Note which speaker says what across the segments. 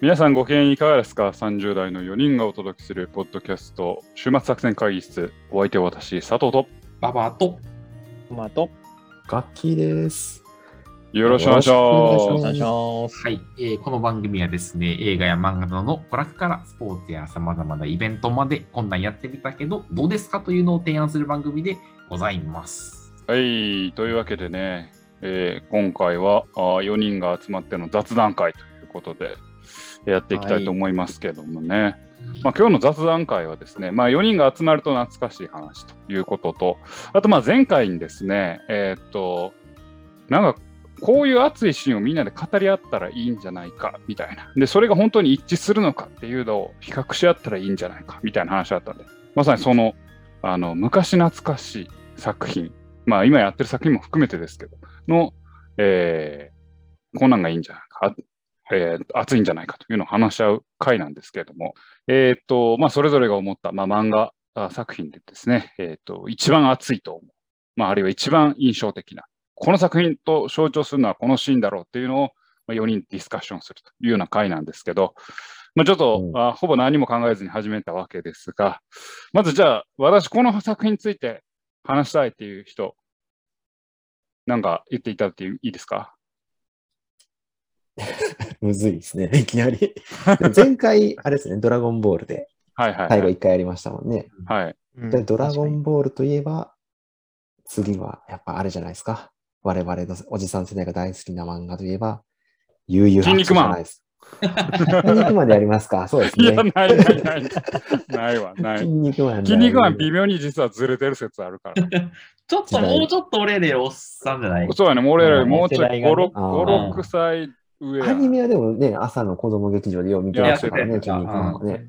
Speaker 1: 皆さんご機嫌いかがですか ?30 代の4人がお届けするポッドキャスト、週末作戦会議室。お相手は私、佐藤と。
Speaker 2: ババアと
Speaker 3: トマト。
Speaker 4: ガッキーです。
Speaker 1: よろしくお願いし
Speaker 4: お
Speaker 1: ま
Speaker 4: 願いし
Speaker 3: ます。
Speaker 2: はい、えーこの番組はですね、映画や漫画などの娯楽からスポーツや様々なイベントまで、こんなんやってみたけど、どうですかというのを提案する番組でございます。
Speaker 1: す。はい、というわけでね、えー今回はあ4人が集まっての雑談会ということで、やっていきたいと思いますけどもね。まあ、今日の雑談会はですね、まあ、4人が集まると懐かしい話ということと、あとまあ前回にですね、えーっと、なんかこういう熱いシーンをみんなで語り合ったらいいんじゃないかみたいな、でそれが本当に一致するのかっていうのを比較し合ったらいいんじゃないかみたいな話だったんで、まさにそのあの昔懐かしい作品、まあ、今やってる作品も含めてですけど、の、えー、こんなんがいいんじゃないか、あえー熱いんじゃないかというのを話し合う回なんですけれども、えーっと、まあ、それぞれが思った、まあ、漫画あ作品でですね、えーっと、一番熱いと思う、まあ、あるいは一番印象的な、この作品と象徴するのはこのシーンだろうっていうのを、まあ、4人ディスカッションするというような回なんですけど、まあ、ちょっと、
Speaker 4: うん
Speaker 1: あほぼ何も考えずに始めたわけですが、まずじゃあ、私、この作品について話したいっていう人、なんか言っていただいていいですか
Speaker 4: むずいですね、い きなり。で も前回、あれですね、ドラゴンボールで
Speaker 1: はいはい、
Speaker 4: 最後
Speaker 1: はい。
Speaker 4: 一回やりましたもんね。
Speaker 1: はい、
Speaker 4: でドラゴンボールといえば、次はやっぱあれじゃないですか。我々のおじさん世代が大好きな漫画といえば、悠々
Speaker 1: 筋肉マン
Speaker 4: 白書じゃないです。 筋肉マンでやりますか。そうです
Speaker 1: いや、
Speaker 4: ね。
Speaker 1: ないないない。ないわ、ない
Speaker 4: 筋。肉マンで
Speaker 1: 筋肉マン微妙に実はずれてる説あるから。
Speaker 2: ちょっともうちょっと俺でおっさんじゃない
Speaker 1: そうやね、もう俺らよりもうちょい
Speaker 3: 世代がね
Speaker 1: 5、6
Speaker 4: あー
Speaker 1: 5 6歳上
Speaker 4: ア
Speaker 1: や
Speaker 4: ニ
Speaker 1: ね。
Speaker 4: メはでもね、朝の子供劇場でよう見てましたからね、
Speaker 2: やって
Speaker 4: 筋
Speaker 2: たやってた
Speaker 4: 肉マンはね。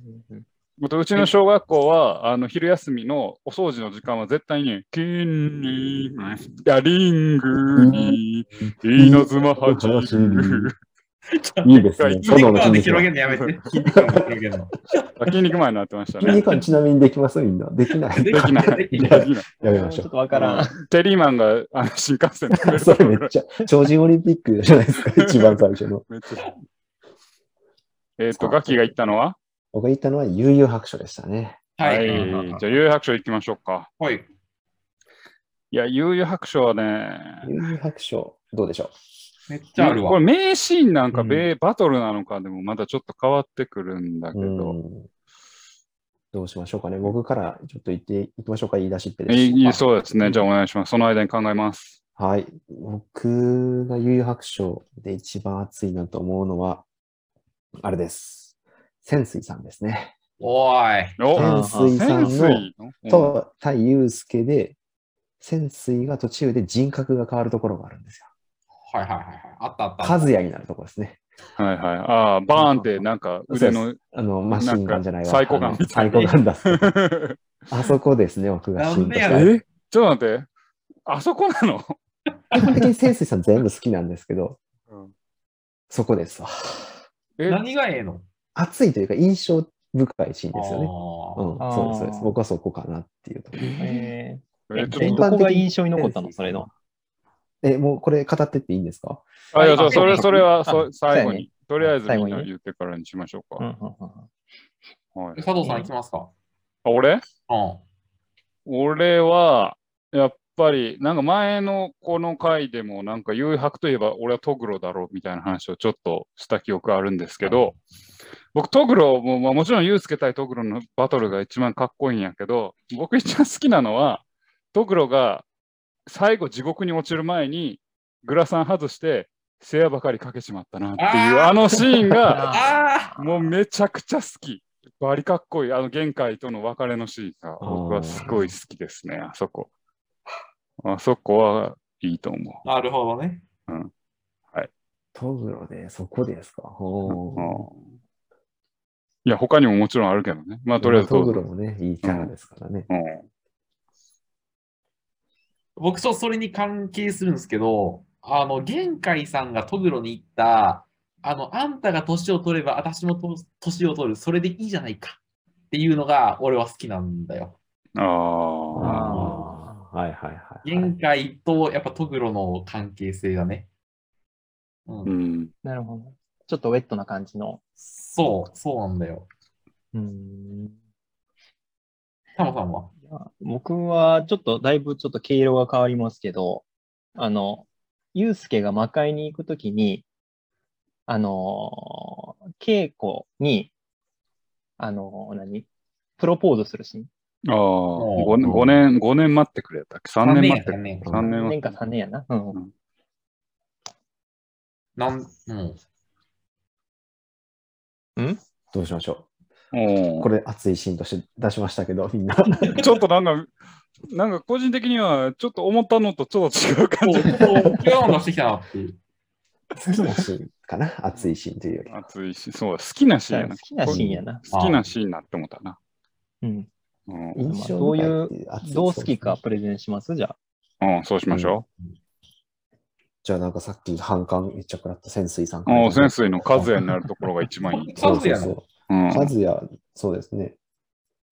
Speaker 1: またうちの小学校は、あの昼休みのお掃除の時間は絶対に、筋肉やリングに、稲妻八 十。
Speaker 4: いいですね。
Speaker 1: 筋
Speaker 2: 筋肉
Speaker 4: 炎の
Speaker 2: マンで
Speaker 4: 筋肉
Speaker 2: 広げ
Speaker 4: マン
Speaker 2: るのやめて。筋肉マンで広げるの。
Speaker 1: 筋肉マンになってました
Speaker 4: 筋
Speaker 1: ね。
Speaker 4: 肉マンちなみにできますみんな。できない。
Speaker 1: できない。で
Speaker 2: で
Speaker 1: き
Speaker 2: き
Speaker 1: な
Speaker 2: ないい。
Speaker 4: やめま
Speaker 3: ち
Speaker 4: しょ
Speaker 3: ょっ
Speaker 4: う。
Speaker 3: とわからん。
Speaker 1: テリーマンがあの新幹線で乗れる
Speaker 4: そ
Speaker 1: とこ
Speaker 4: れ
Speaker 1: ろ
Speaker 4: め
Speaker 1: ぐら
Speaker 4: っ
Speaker 1: い
Speaker 4: ちゃ、超人オリンピックじゃないで すか、一番最初の。
Speaker 1: めっちゃ。えっと、ガキが言ったのは
Speaker 4: 僕が言ったのは、悠々白書でしたね。
Speaker 2: はい。
Speaker 1: じゃあ、悠々白書行きましょうか。
Speaker 2: はい。
Speaker 1: いや、悠々白書はね、
Speaker 4: 悠々白書、どうでしょ
Speaker 2: めっちゃある
Speaker 1: こ
Speaker 2: わ
Speaker 1: れ。名シーンなんか、米バトルなのかでもまだちょっと変わってくるんだけ
Speaker 4: うう
Speaker 1: ど、
Speaker 4: ん。どうしましょうかね。僕からちょっと言っていきましょうか、言い出しっぺで
Speaker 1: え
Speaker 4: す。
Speaker 1: いいそうですね。じゃあお願いします。その間に考えます。
Speaker 4: はい。僕が悠々白書で一番熱いなと思うのは、あれです。潜水さんですね。
Speaker 2: おーい。
Speaker 1: お
Speaker 4: 潜水さんの
Speaker 1: 潜水の
Speaker 4: と、対祐介で、潜水が途中で人格が変わるところがあるんですよ。
Speaker 2: はいはいはいはい。あったあった。
Speaker 4: 和也になるところですね。
Speaker 1: はいはい。ああ、バーンってなんか腕の。
Speaker 4: あの、マシンガンじゃないわ。
Speaker 1: なんかサイコガン
Speaker 4: あのサイコガンだ。 あそこですね、僕が進化した
Speaker 2: なんで
Speaker 4: 基
Speaker 1: えちょっと待って。あそこなの
Speaker 4: 本的に潜水さん全部好きなんですけど、そこですわ。
Speaker 1: え
Speaker 2: 何がええの
Speaker 4: 熱いというか印象深いシーンですよね。
Speaker 2: あ
Speaker 4: う
Speaker 2: ー
Speaker 4: ん、
Speaker 3: あー
Speaker 4: そうです、そうです。僕はそこかなっていうところ。
Speaker 3: え
Speaker 1: え
Speaker 3: ー
Speaker 1: ち
Speaker 3: え
Speaker 1: ょっ
Speaker 3: ど
Speaker 1: と
Speaker 3: こが印象に残ったのそれの。
Speaker 4: え、もうこれ語ってっていいんですか
Speaker 1: あ、いや、そうそれ、それはそ
Speaker 3: あ
Speaker 1: 最後
Speaker 3: そうや
Speaker 1: に
Speaker 3: ね。
Speaker 1: とりあえずみん
Speaker 3: 最後
Speaker 1: な
Speaker 3: に
Speaker 1: 言ってからにしましょう
Speaker 3: う
Speaker 1: か。
Speaker 3: んうんうん
Speaker 1: はい、
Speaker 2: 佐藤さん行きますか。
Speaker 1: あ俺
Speaker 2: うん。
Speaker 1: 俺は、やっぱり、なんか前のこの回でも、なんか、誘白といえば俺はトグロだろうみたいな話をちょっとした記憶あるんですけど、僕、トグロも、まあ、もちろん、ユウスケ対トグロのバトルが一番かっこいいんやけど、僕一番好きなのは、トグロが最後地獄に落ちる前に、グラサン外して、せやばかりかけちまったなっていう、
Speaker 2: あー
Speaker 1: あのシーンが、
Speaker 2: ああ
Speaker 1: もうめちゃくちゃ好き。バリかっこいい。あの、玄海との別れのシーンが、
Speaker 4: ー
Speaker 1: 僕はすごい好きですね、あそこ。あそこはいいと思
Speaker 2: なるほどね。
Speaker 4: トグロで、そこですか。ほ
Speaker 1: う。
Speaker 4: ー
Speaker 1: うんいや、他にももちろんあるけどね。まあ、とりあえずど
Speaker 4: ト
Speaker 1: う
Speaker 4: グ
Speaker 1: ぞ
Speaker 4: ロもね、いいキャラですからね。
Speaker 1: うん
Speaker 2: 僕ちょっとそれに関係するんですけど、あの、玄海さんがトグロに行った、あの、あんたが年を取れば私もと年を取る、それでいいじゃないかっていうのが俺は好きなんだよ。
Speaker 1: あ
Speaker 2: ー
Speaker 4: ああ、はいはいはいはい。
Speaker 2: 玄海とやっぱトグロの関係性だね。う。
Speaker 1: あ。うんん。
Speaker 3: なるほちょっとウェットな感じの。
Speaker 2: そう、そうなんだよ。
Speaker 3: うん。
Speaker 2: タモさんは。
Speaker 3: 僕はちょっとだいぶちょっと毛色が変わりますけど、あの、ユうスケが魔界に行くときに、あの稽古に、あの何プロポーズするシーン。
Speaker 1: ああ、
Speaker 2: う
Speaker 1: 5, 五年、五年待ってくれたっけ ?3 年待って
Speaker 2: た
Speaker 1: くれ
Speaker 2: ね。
Speaker 1: た。3年
Speaker 3: 何
Speaker 1: 待
Speaker 3: 年
Speaker 1: っ
Speaker 3: か3年やな。うん。
Speaker 2: なん、うん。
Speaker 4: どうしましょう。
Speaker 1: て
Speaker 4: これ熱いシーンとして出しましたけど、 みんな。
Speaker 1: うんちょっとなんか、なんか個人的にはちょっと思ったのとちょっと違う感
Speaker 2: そう、
Speaker 1: じ。
Speaker 2: そう、違うの出してきたなっていう。
Speaker 4: 好きなシーンかな熱いシーンというより。
Speaker 1: 熱いし、そう、好きなシーンや
Speaker 3: 好
Speaker 1: な。
Speaker 3: きなシーンやな。
Speaker 1: 好きなシーンなって思ったな。
Speaker 3: うん。
Speaker 1: うん、
Speaker 3: ん
Speaker 4: 印象
Speaker 3: どういう
Speaker 4: 深って熱い
Speaker 3: どう好き
Speaker 4: そう
Speaker 3: か
Speaker 4: ですね
Speaker 3: プレゼンしますじゃあ。
Speaker 1: うん、そうしましょ
Speaker 4: じゃあなんかさっき反感めっちゃ食らった潜水さん
Speaker 1: う。
Speaker 4: から
Speaker 1: お潜水の数也になるところが一番いい。
Speaker 4: そうそう
Speaker 2: 和也
Speaker 4: そう。
Speaker 1: うん、
Speaker 4: カズヤ、そうですね。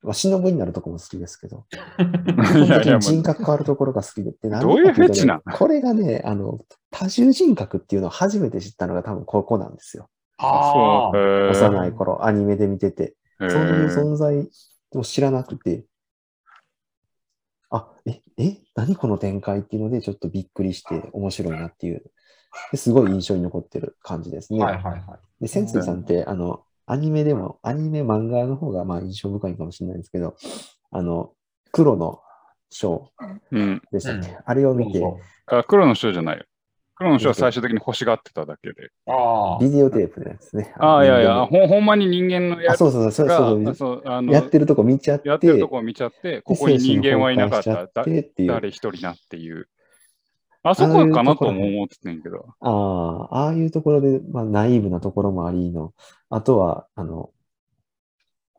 Speaker 4: まあ、忍になるとこも好きですけど、
Speaker 1: いやい
Speaker 4: その
Speaker 1: や、
Speaker 4: 時に人
Speaker 1: も
Speaker 4: 格変わるところが好きでってなんで
Speaker 1: どういうフェチな
Speaker 4: かってうとねこれがね、あの、多重人格っていうのを初めて知ったのが多分ここなんですよ。
Speaker 2: あ
Speaker 1: う
Speaker 2: あ、
Speaker 1: へー
Speaker 4: 幼い頃、アニメで見てて、
Speaker 1: へー
Speaker 4: そういう存在を知らなくて、あ、え、え、何この展開っていうので、ちょっとびっくりして面白いなっていう、ですごい印象に残ってる感じですね。
Speaker 2: はいはいはい。
Speaker 4: で、潜水さんって、あの、アニメでも、アニメ漫画の方がまあ印象深いかもしれないですけど、あの、黒の章
Speaker 1: うん、
Speaker 4: でしたっけ、
Speaker 2: う
Speaker 4: あれを見て、
Speaker 2: そう
Speaker 1: あ黒の人じゃないよ。黒の人は最終的に欲しがってただけで。
Speaker 2: そうああ、
Speaker 4: ビデオテープのやつね。
Speaker 1: ああ、いやいや、
Speaker 4: の
Speaker 1: ほんほんまに人間のや
Speaker 4: あ、
Speaker 1: つ
Speaker 4: そうそうそう、
Speaker 1: が
Speaker 4: そうそう
Speaker 1: そうあの
Speaker 4: やってるとこ見ちゃって、
Speaker 1: やってるとこを見ちゃって、ここに人間はいなかっ
Speaker 4: 精神
Speaker 1: た。
Speaker 4: 崩壊しちゃってっていう。
Speaker 1: 誰一人なっていう。あそこかなとも思ってたんやけど。
Speaker 4: ああ、ああいうところで、まあ、ナイーブなところもありの、あとは、あの、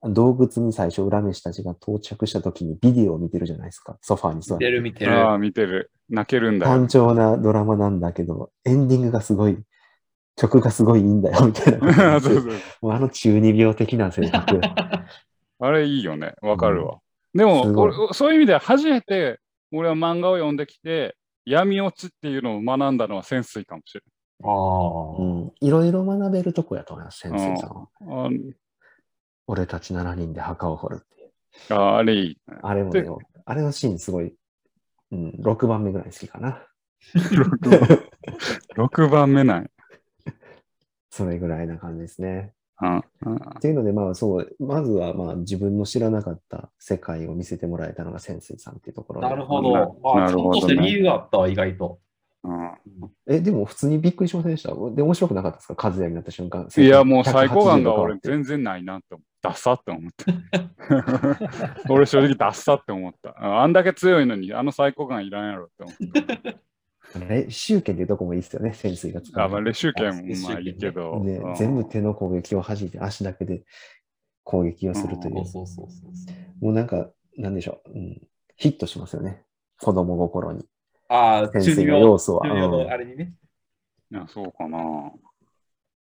Speaker 4: 動物に最初、裏飯たちが到着した時にビデオを見てるじゃないですか、ソファーに座
Speaker 2: 見
Speaker 4: って
Speaker 2: る見てる。
Speaker 1: ああ、見てる。泣けるんだよ。
Speaker 4: 単調なドラマなんだけど、エンディングがすごい、曲がすごいいいんだよ、みたい な。
Speaker 1: そうそう
Speaker 4: もうあの中二病的な 性格。
Speaker 1: あれいいよね。わかるわ。でも
Speaker 4: すごい
Speaker 1: 俺、そういう意味では初めて俺は漫画を読んできて、闇落ちっていうのを学んだのは潜水かもしれ
Speaker 2: ああ
Speaker 4: う。ん、いろいろ学べるとこやと思います、先生さんは。
Speaker 1: ない。
Speaker 4: 俺たち7人で墓を掘るっていう。
Speaker 1: あああれい い。
Speaker 4: あれもね、あれのシーンすごい、うん、6番目ぐらい好きかな。
Speaker 1: 6番目ない。
Speaker 4: それぐらいな感じですね。
Speaker 1: うんうん
Speaker 4: っていうので、まあそう、まずはまあ自分の知らなかった世界を見せてもらえたのが潜水さんっていうところで
Speaker 2: なるほ
Speaker 1: な
Speaker 2: ど。まあ、
Speaker 1: な
Speaker 2: ち
Speaker 1: る
Speaker 2: ょ
Speaker 1: ほ
Speaker 2: っ
Speaker 1: どね
Speaker 2: とした理由があったわ、意外と。
Speaker 1: うん
Speaker 4: え、でも普通にびっくりしませんでしたで、面白くなかったですか和也になった瞬間。
Speaker 1: いや、もう最高感が俺
Speaker 4: 180度変わって
Speaker 1: 全然ないなって思った。ダッサって思った。 俺正直ダッサって思った。ああんだけ強いのにあの最高感いらんやろって思った。
Speaker 4: れ集権っていうとこもいいですよね、潜水が使う。
Speaker 1: あまあ、レシュケンもまあいいけど。
Speaker 4: で
Speaker 1: うん
Speaker 4: 全部手の攻撃を弾いて足だけで攻撃をするという、
Speaker 2: そうそうそうそう。
Speaker 4: もうなんか、なんでしょう、うん、ヒットしますよね。子供心に。
Speaker 2: ああ、
Speaker 4: 潜水の
Speaker 2: 中
Speaker 4: 要素は。
Speaker 2: 二病
Speaker 4: う
Speaker 2: の
Speaker 4: ん
Speaker 2: あれにね。
Speaker 1: いや、そうかな。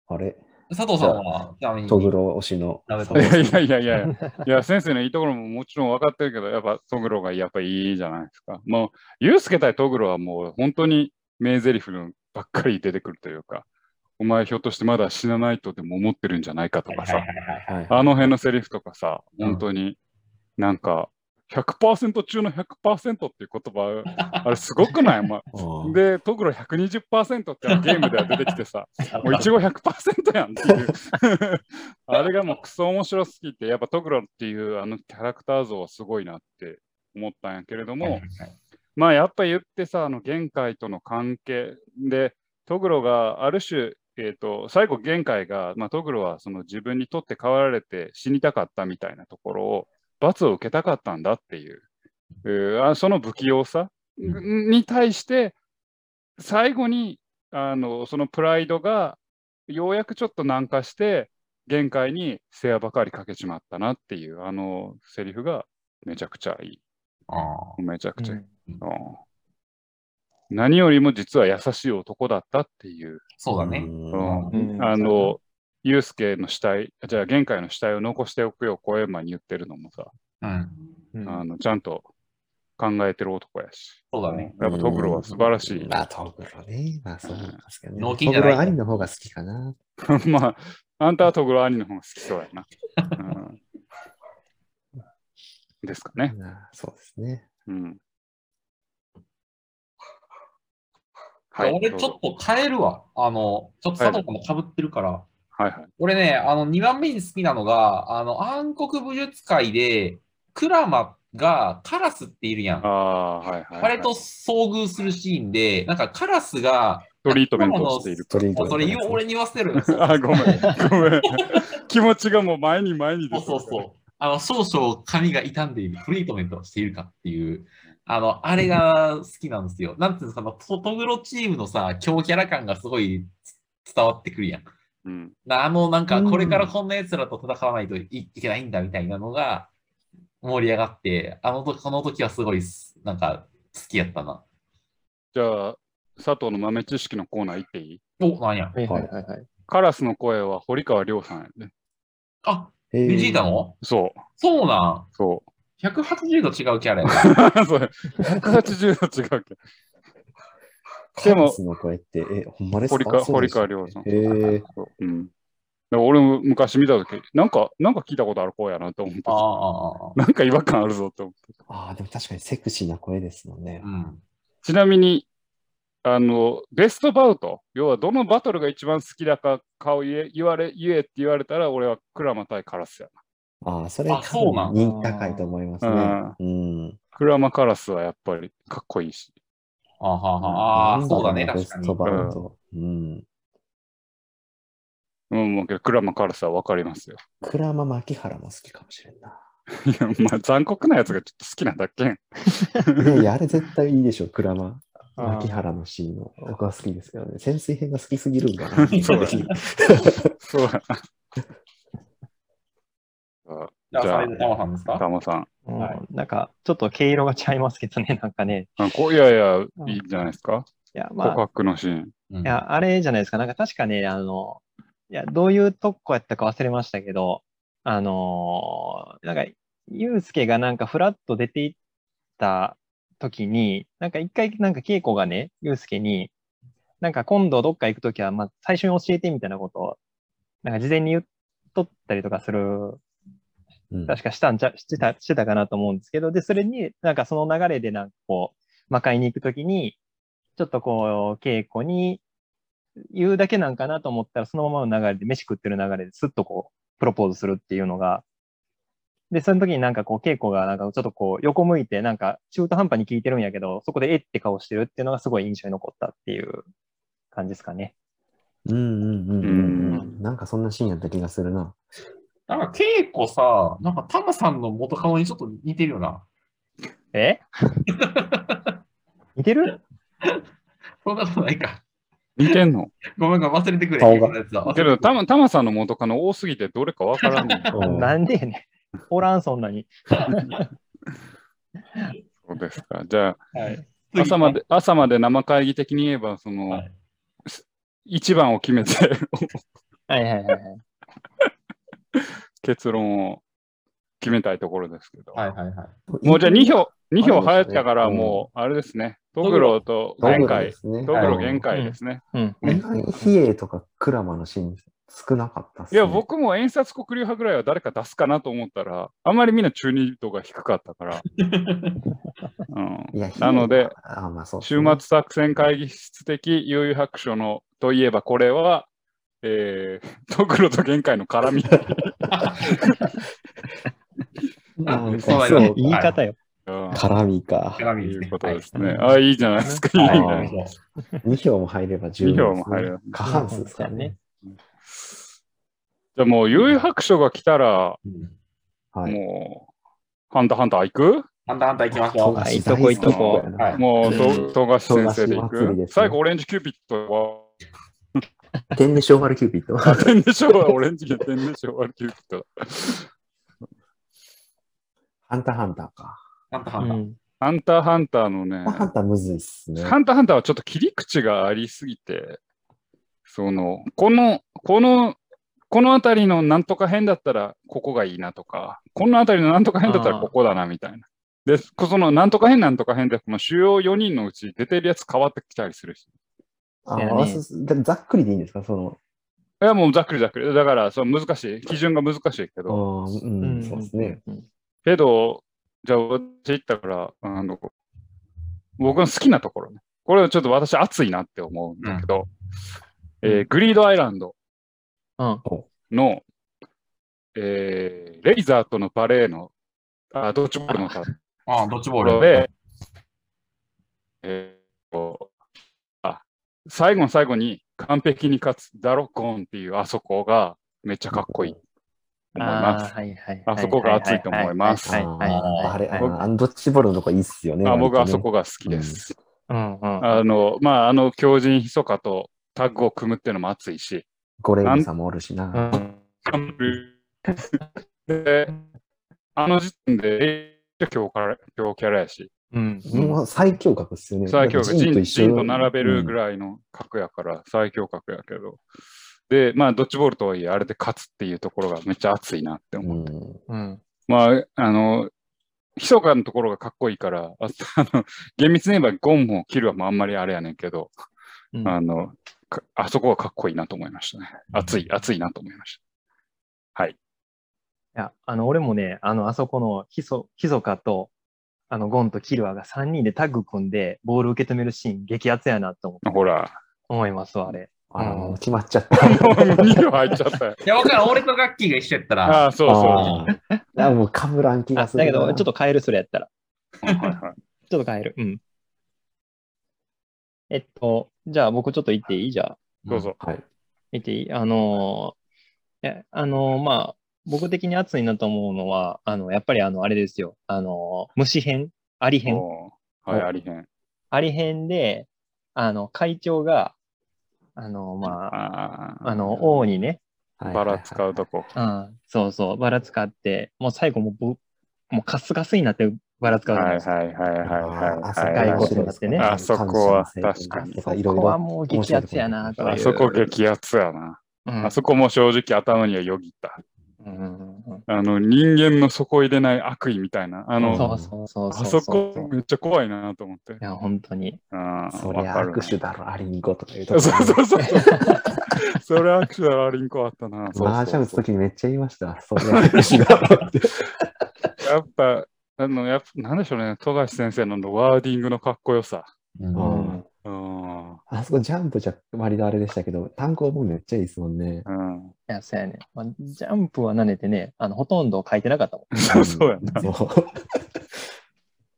Speaker 4: あれ、
Speaker 2: 佐藤さんは、ちなみに。
Speaker 4: トグロ推しの。
Speaker 2: なるほ
Speaker 4: そう
Speaker 2: ど
Speaker 4: で
Speaker 1: い
Speaker 4: す
Speaker 1: やいやいやいやいや、いや先生のいいところももちろん分かってるけど、やっぱトグロがやっぱいいじゃないですか。もう、ユースケ対トグロはもう本当に名台詞のばっかり出てくるというか、お前ひょっとしてまだ死なないとでも思ってるんじゃないかと
Speaker 2: はい
Speaker 1: か
Speaker 2: は
Speaker 1: さ
Speaker 2: いは、いはい。
Speaker 4: はい、
Speaker 1: あの辺のセリフとかさ、
Speaker 2: うん
Speaker 1: 本当になんか100%中の100%っていう言葉、あれすごくない、ま
Speaker 4: う
Speaker 1: あ、
Speaker 4: ん
Speaker 1: で、トグロ120%ってあのゲームでは出てきてさ、もういちご100%やんっていう。あれがもうクソ面白すぎて、やっぱトグロっていうあのキャラクター像はすごいなって思ったんやけれども、
Speaker 2: はいはいはい
Speaker 1: まあやっぱ言ってさ、あの玄海との関係で、トグロがある種、えー、と最後、玄海が、まあ、トグロはその自分にとって代わられて死にたかったみたいなところを、罰を受けたかったんだっていう、えーあその不器用さ
Speaker 2: う
Speaker 1: に対して、最後にあのそのプライドがようやくちょっと軟化して、玄海に世話ばかりかけちまったなっていう、あのセリフがめちゃくちゃいい。
Speaker 2: ああ
Speaker 1: めちゃくちゃいい。
Speaker 3: うん
Speaker 1: うん何よりも実は優しい男だったっていう、
Speaker 2: そうだね。
Speaker 1: うん
Speaker 3: うん
Speaker 1: あの、ユースケの死体、じゃあ、玄界の死体を残しておくよ、小山に言ってるのもさ、
Speaker 2: うん。
Speaker 3: うん
Speaker 1: あのちゃんと考えてる男やし、
Speaker 2: そうだね。
Speaker 1: やっぱトグロは素晴らしい。
Speaker 4: まあ、トグロね。まあ、そうなんですけどね。
Speaker 2: 納
Speaker 4: ト
Speaker 2: 金
Speaker 4: グ
Speaker 2: じゃない
Speaker 4: ロありの方が好きかな。
Speaker 1: まあ、あんたはトグロ兄の方が好きそうやな。うん、ですかね。
Speaker 4: なそうですね。
Speaker 1: うん。
Speaker 2: 俺ちょっと変えるわ。あの、ちょっと佐藤君も被ってるから。
Speaker 1: はいはい。
Speaker 2: 俺ね、あの、2番目に好きなのが、あの、暗黒武術界で、クラマがカラスっているやん。
Speaker 1: あ
Speaker 2: あ
Speaker 1: あ、はいはい、はい。
Speaker 2: れと遭遇するシーンで、なんかカラスが、
Speaker 1: トリートメントをしている
Speaker 4: ス。トリート
Speaker 2: あそれ言う俺に言わせてるよ。そう
Speaker 1: あ、ごめん。ごめん。 気持ちがもう前に前にで
Speaker 2: そう
Speaker 1: す。
Speaker 2: そうそう。あの、少々髪が傷んでいる、トリートメントをしているかっていう、あの、あれが好きなんですよ。なんていうんですか、あのトトグロチームのさ、強キャラ感がすごい伝わってくるやん。
Speaker 1: うん。
Speaker 2: なあの、なんか、これからこんな奴らと戦わないといいけないんだみたいなのが盛り上がって、あの時、この時はすごいす、なんか、好きやったな。
Speaker 1: じゃあ、佐藤の豆知識のコーナー行っていい
Speaker 2: お、なんや。
Speaker 3: はいはいはいはい。
Speaker 1: カラスの声は堀川亮さんやね。
Speaker 2: あ、
Speaker 4: えー
Speaker 2: ベジータの
Speaker 1: そう、
Speaker 2: そうなん。
Speaker 1: そう。
Speaker 2: 180度違うキャラや。
Speaker 1: そう180度違うけど。
Speaker 4: カラスの声って、え、ほんまです
Speaker 1: 堀
Speaker 4: か
Speaker 1: 川堀川亮さん。
Speaker 4: へー
Speaker 1: そううん、だから俺も昔見たとき、なんか、なんか聞いたことある声やなと思って、
Speaker 2: ああ、
Speaker 1: なんか違和感あるぞと思って。
Speaker 4: ああ、でも確かにセクシーな声ですもんね
Speaker 2: う。ん。
Speaker 1: ちなみに、あの、ベストバウト、要はどのバトルが一番好きだか、顔言え、言われ、言えって言われたら、俺はクラマ対カラスやな。
Speaker 4: ああ、それ
Speaker 2: あそうなん
Speaker 4: かなり人気高いと思いますね。うん。
Speaker 1: クラマカラスはやっぱりかっこいいし。
Speaker 2: あははああ、
Speaker 4: なんだ
Speaker 2: そ
Speaker 4: ろ
Speaker 2: う
Speaker 4: う
Speaker 2: だ
Speaker 4: な
Speaker 2: ね、
Speaker 4: ベ
Speaker 2: 確か
Speaker 4: ス
Speaker 2: に
Speaker 4: ト。バウト。うん。
Speaker 1: うん、もうけどクラマカラスはわかりますよ。
Speaker 4: クラマ牧原も好きかもしれんな。
Speaker 1: いや、まあ残酷なやつがちょっと好きなだけやん。
Speaker 4: いやいや、あれ絶対いいでしょ、クラマ。
Speaker 3: あ
Speaker 4: 牧原のシーンの。僕は好きですけどね。潜水編が好きすぎるんだな。
Speaker 1: そうだ
Speaker 4: 正直
Speaker 1: そうだな。あ
Speaker 2: じゃあ、
Speaker 1: じゃあ
Speaker 2: 最後、タマさんです
Speaker 1: タ
Speaker 2: か
Speaker 1: モさん
Speaker 3: ーうん
Speaker 2: はい
Speaker 3: なんか、ちょっと毛色が違いますけどね、なんかね。
Speaker 1: あこう。いやいや、いいじゃないですか。
Speaker 3: いや、まあ
Speaker 1: 告、白のシーン。
Speaker 2: う
Speaker 3: い
Speaker 2: ん
Speaker 3: や、あれじゃないですか。なんか確かね、あの、いや、どういうとこやったか忘れましたけど、あのーなんか、ゆうすけがなんかフラッと出ていった時に、なんか一回なんか稽古がね、ゆうすけに、なんか今度どっか行く時は、まあ最初に教えてみたいなことを、なんか事前に言っとったりとかする、
Speaker 4: うん
Speaker 3: 確かしたんちゃ、してた、してたかなと思うんですけど、で、それになんかその流れでなんかこう、魔界に行く時に、ちょっとこう、稽古に、言うだけなんかなと思ったら、そのままの流れで、飯食ってる流れですっとこう、プロポーズするっていうのが、で、その時になんかこう、稽古がなんかちょっとこう、横向いて、なんか中途半端に聞いてるんやけど、そこでえって顔してるっていうのがすごい印象に残ったっていう感じですかね。
Speaker 4: うんうんうんうん
Speaker 1: う
Speaker 4: うん。なんかそんなシーンやった気がするな。
Speaker 2: なんか、稽古さ、なんか、タマさんの元顔にちょっと似てるよな。
Speaker 3: え似てる
Speaker 2: そんなことないか。
Speaker 1: 似てんの
Speaker 2: ごめんごめん、忘れてくれ。
Speaker 4: 顔
Speaker 2: 稽
Speaker 4: が
Speaker 2: 古のやつは忘れて
Speaker 1: け
Speaker 2: くれ
Speaker 1: ど、タマタマさんの元カノ多すぎてどれかわからんの
Speaker 4: うん
Speaker 3: なんでやねん。おらん、そんなに。
Speaker 1: そうですか。じゃあ、
Speaker 2: はい
Speaker 1: 朝まで、朝まで生会議的に言えば、その、
Speaker 2: はい
Speaker 1: 一番を決めて
Speaker 3: はいはいはいはい。
Speaker 1: 結論を決めたいところですけど。
Speaker 2: はいはいはい。
Speaker 1: もうじゃあ2票、二票
Speaker 4: あ
Speaker 1: 入
Speaker 4: れ
Speaker 1: っ
Speaker 4: ですね
Speaker 1: たから、もう、あれですね。トグロと
Speaker 4: ド
Speaker 1: 限
Speaker 4: グロで
Speaker 1: 界。
Speaker 4: すね。
Speaker 1: トグロ
Speaker 2: はい
Speaker 1: 限界ですね。
Speaker 3: うん。
Speaker 4: 意外に比叡とかクラマのシーン少なかったっす
Speaker 1: い
Speaker 4: ね。
Speaker 1: や、僕も演札黒竜派ぐらいは誰か出すかなと思ったら、あまりみんな中二度が低かったから。うん
Speaker 4: いや、比叡
Speaker 1: なので、
Speaker 4: あまあそうっす
Speaker 1: 終
Speaker 4: ね
Speaker 1: 末作戦会議室的悠々白書のといえばこれは、えー、トグロと限界の絡み。
Speaker 4: なん
Speaker 2: そう
Speaker 4: か
Speaker 2: だよ
Speaker 4: そう
Speaker 3: 言い方よ。
Speaker 1: うん
Speaker 4: 絡みか。
Speaker 1: と
Speaker 2: 鏡です
Speaker 1: い
Speaker 2: ね
Speaker 1: うことです
Speaker 3: は
Speaker 1: ね
Speaker 3: い。
Speaker 1: あ、いいじゃないですか。いい
Speaker 4: は
Speaker 1: じ
Speaker 4: い
Speaker 1: ゃないですか
Speaker 2: はい
Speaker 4: 2票も入れば十
Speaker 1: 二
Speaker 4: 分ですね。
Speaker 1: 票も入る。
Speaker 4: 過半数ですからね。
Speaker 1: じゃあもう、悠々白書が来たら、
Speaker 2: うん
Speaker 4: はい。
Speaker 1: もう、ハンターハンター行
Speaker 2: ハンターハンター行きましょ
Speaker 4: 富
Speaker 2: う。
Speaker 3: は
Speaker 4: 樫
Speaker 3: いっとこ
Speaker 4: 大好き
Speaker 1: いっと
Speaker 3: こ
Speaker 4: やな
Speaker 2: は
Speaker 1: く
Speaker 2: い
Speaker 1: もう、
Speaker 3: う
Speaker 1: と
Speaker 3: ん
Speaker 1: 富樫先生で行
Speaker 4: 富樫祭り
Speaker 1: く
Speaker 4: ですね
Speaker 1: 最後、オレンジキューピッ ト
Speaker 4: 天然昭和のキューピット。
Speaker 1: は、天然昭和、オレンジキューピット、天然昭和キューピット。
Speaker 4: ハンターハンターか。
Speaker 2: ハンターハ
Speaker 3: う
Speaker 2: ンター。
Speaker 3: ん。
Speaker 1: ハンターハンターのね、
Speaker 4: ハンターむずいっすね。
Speaker 1: ハンターハンターはちょっと切り口がありすぎて、その、この、この、この辺りのなんとか辺だったらここがいいなとか、この辺りのなんとか辺だったらここだなみたいな。で、そのなんとか辺なんとか辺で、この主要4人のうち出てるやつ変わってきたりするし。
Speaker 4: あ
Speaker 3: いやね
Speaker 4: わすざっくりでいいんですかその、
Speaker 1: いや、もうざっくりざっくり。だから、その難しい。基準が難しいけ
Speaker 4: あ
Speaker 1: ど。
Speaker 4: あ、うん、そうですね。。
Speaker 3: ん
Speaker 1: けど、じゃあ、私言ったから、あの、僕の好きなところね。これはちょっと私熱いなって思うんだけど、えーグリードアイランド
Speaker 3: うん。
Speaker 1: の、えーレイザーとのバレーの、あ、ドッジボールのと
Speaker 2: ああ、ドッジボ
Speaker 1: こ
Speaker 2: ール。
Speaker 1: ろで、えーこうあ最後の最後に完璧に勝つダロコンっていうあそこがめっちゃかっこいいと思います。
Speaker 3: ーはいはい。
Speaker 1: あそこが熱いと思います
Speaker 3: はいはいはいはい
Speaker 4: あーあれ、
Speaker 3: はい
Speaker 4: あ
Speaker 3: はい
Speaker 4: のアンドッジボールのとこいいっすよね。
Speaker 1: あ僕はあ
Speaker 4: 割と
Speaker 1: そ
Speaker 4: ね
Speaker 1: こが好きです。
Speaker 3: うんうん。
Speaker 1: あの、まあ、あの、強靭ひそかとタッグを組むっていうのも熱いし、
Speaker 4: ゴレームさんもおるしな。
Speaker 3: うん
Speaker 1: で、あの時点で、強キャラ強キャラやし、
Speaker 3: うん。
Speaker 4: もう最強格っすよね。
Speaker 1: 最強
Speaker 4: な
Speaker 1: 格、
Speaker 4: んか
Speaker 1: ジン
Speaker 4: ジ
Speaker 1: と
Speaker 4: ン一緒
Speaker 1: と並べるぐらいの格やから、最強格やけど、で、まあ、ドッジボールとはいえ、あれで勝つっていうところがめっちゃ熱いなって思う。
Speaker 4: うん。
Speaker 3: うん。
Speaker 1: まあ、あの、ひそかのところがかっこいいから、ああの厳密に言えばゴンも切るはもうあんまりあれやねんけど、
Speaker 3: うん
Speaker 1: あの、かあそこはかっこいいなと思いましたね。熱い、熱いなと思いまし
Speaker 3: いや、あの、俺もね、あの、あそこのひそ、ひそかと、あの、ゴンとキルアが3人でタッグ組んで、ボール受け止めるシーン、激アツやなと思
Speaker 1: た。ほ ら、
Speaker 3: 思いますわ、あれ。
Speaker 4: あ
Speaker 3: う
Speaker 4: の
Speaker 3: ん
Speaker 4: 決まっちゃ った。
Speaker 1: もう2秒入っちゃったよ。
Speaker 2: いや、わからん。俺とガッキーが一緒やったら。
Speaker 1: ああ、そうそう。
Speaker 4: あーいやもうかぶらん気
Speaker 3: あ
Speaker 4: が
Speaker 3: だ
Speaker 4: するな。
Speaker 3: けど、ちょっ
Speaker 4: と
Speaker 3: と変える、それやったら。
Speaker 1: はいはい
Speaker 3: ちょっと変える。うん。えっと、じゃあ僕ちょっと言っていいじゃあ。
Speaker 1: どうぞ。
Speaker 4: はい。
Speaker 3: 言っていいあのー、え、あのー、まあ、僕的に熱いなと思うのは、あの、やっぱりあの、あれですよ。あのー、虫編、アリ編。
Speaker 1: おーはい、ありへん。
Speaker 3: アリ編で、あの、会長が、あの、まあ、
Speaker 1: あ
Speaker 3: あの、王にね、
Speaker 4: はい
Speaker 1: バラ使うとこ。
Speaker 3: うん、そうそう、バラ使って、もう最後もうぼ、もうカスカスになってバラ使う
Speaker 1: は
Speaker 3: じ
Speaker 1: い
Speaker 3: ゃな
Speaker 1: はい
Speaker 3: いですか。
Speaker 1: はいはいはいはい
Speaker 3: あ
Speaker 1: は
Speaker 3: そ
Speaker 1: い。
Speaker 3: こになってね
Speaker 1: あそこは確かに
Speaker 4: とかい
Speaker 3: こ
Speaker 4: ろい
Speaker 3: こは
Speaker 4: ろ。
Speaker 3: もう激アツやな、という。
Speaker 1: あそこ激アツやな。
Speaker 3: うん、
Speaker 1: あそこも正直頭にはよぎった。
Speaker 3: うんうんうん
Speaker 1: あの、人間の底入れない悪意みたいな。あ
Speaker 3: うん。
Speaker 1: の、
Speaker 3: そうそうそう
Speaker 1: あ
Speaker 3: そう
Speaker 1: そこめっちゃ怖いなと思って
Speaker 3: い。や、本当に。
Speaker 1: ああ、
Speaker 4: そり
Speaker 1: わ
Speaker 4: ゃ
Speaker 1: かるな。
Speaker 4: 握手だろ、アリンコとかいうと
Speaker 1: そう
Speaker 4: こ。
Speaker 1: そうそう。それ握手だろ、リンコあったな。そうそうそう
Speaker 4: マーシャ打つときにめっちゃ言いました。そりゃ握手だろって。
Speaker 1: やっぱ、あの、やっぱ、なんでしょうね、富樫先生のあのワーディングのかっこよさ。
Speaker 4: うん
Speaker 1: うん。うん。
Speaker 4: あそこジャンプじゃ割とあれでしたけど、単行本めっちゃいいですもんね。
Speaker 3: いや、そうやね。まあ、ジャンプは慣れてね、あの、ほとんど書いてなかったもん。
Speaker 1: そう そうやな。
Speaker 4: そう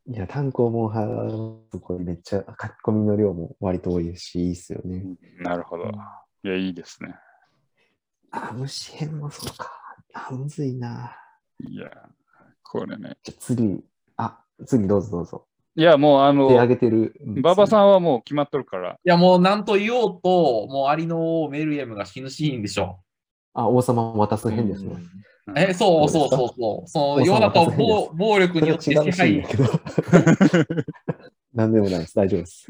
Speaker 4: いや、単行本派、すごいめっちゃ書き込みの量も割と多いですし、いいっすよね。
Speaker 1: なるほど。いや、いいですね。
Speaker 4: あ、虫編もそうか。あ、むずいな。
Speaker 1: いや、これね。
Speaker 4: じゃ次、あ、次どうぞどうぞ。
Speaker 1: いや、もう、あ
Speaker 4: 手挙
Speaker 1: の、
Speaker 4: げてる。
Speaker 1: 馬場さ
Speaker 4: ん。
Speaker 1: んはもう決まっとるから、
Speaker 2: いや、もうなんと言おうと、もうアリの王メルエムが死ぬシーンでしょ。
Speaker 4: あ、王様を渡す編です
Speaker 3: う
Speaker 4: ね。
Speaker 3: ん
Speaker 2: え、そうそうそうそう。その世の中を暴暴力によって
Speaker 4: それは
Speaker 2: 支
Speaker 4: 違うシー
Speaker 2: 配
Speaker 4: ンだ、けど。何でもないです。大丈夫です。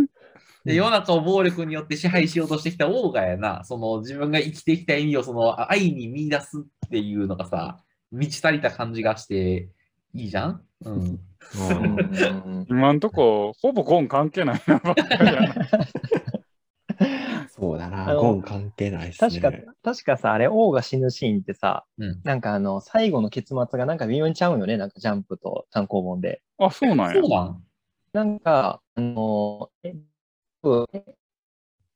Speaker 2: で世の中を暴力によって支配しようとしてきた王がやな、その自分が生きてきた意味をそのあ愛に見出すっていうのがさ、満ち足りた感じがしていいじゃんうん。
Speaker 3: うんうん
Speaker 1: 今んとこ、ほぼゴン関係ないなばっかりやな
Speaker 4: そうだ
Speaker 3: あ
Speaker 4: な。
Speaker 3: の
Speaker 4: ゴン関係ないです
Speaker 3: 確
Speaker 4: ね。
Speaker 3: か、確かさ、あれ、王が死ぬシーンってさ、
Speaker 2: うん
Speaker 3: なんかあの、最後の結末がなんか微妙にちゃうよね、なんかジャンプと単行本で。
Speaker 1: あ、そうなんや
Speaker 2: そう。なん
Speaker 3: なんか、あの、え、うんえ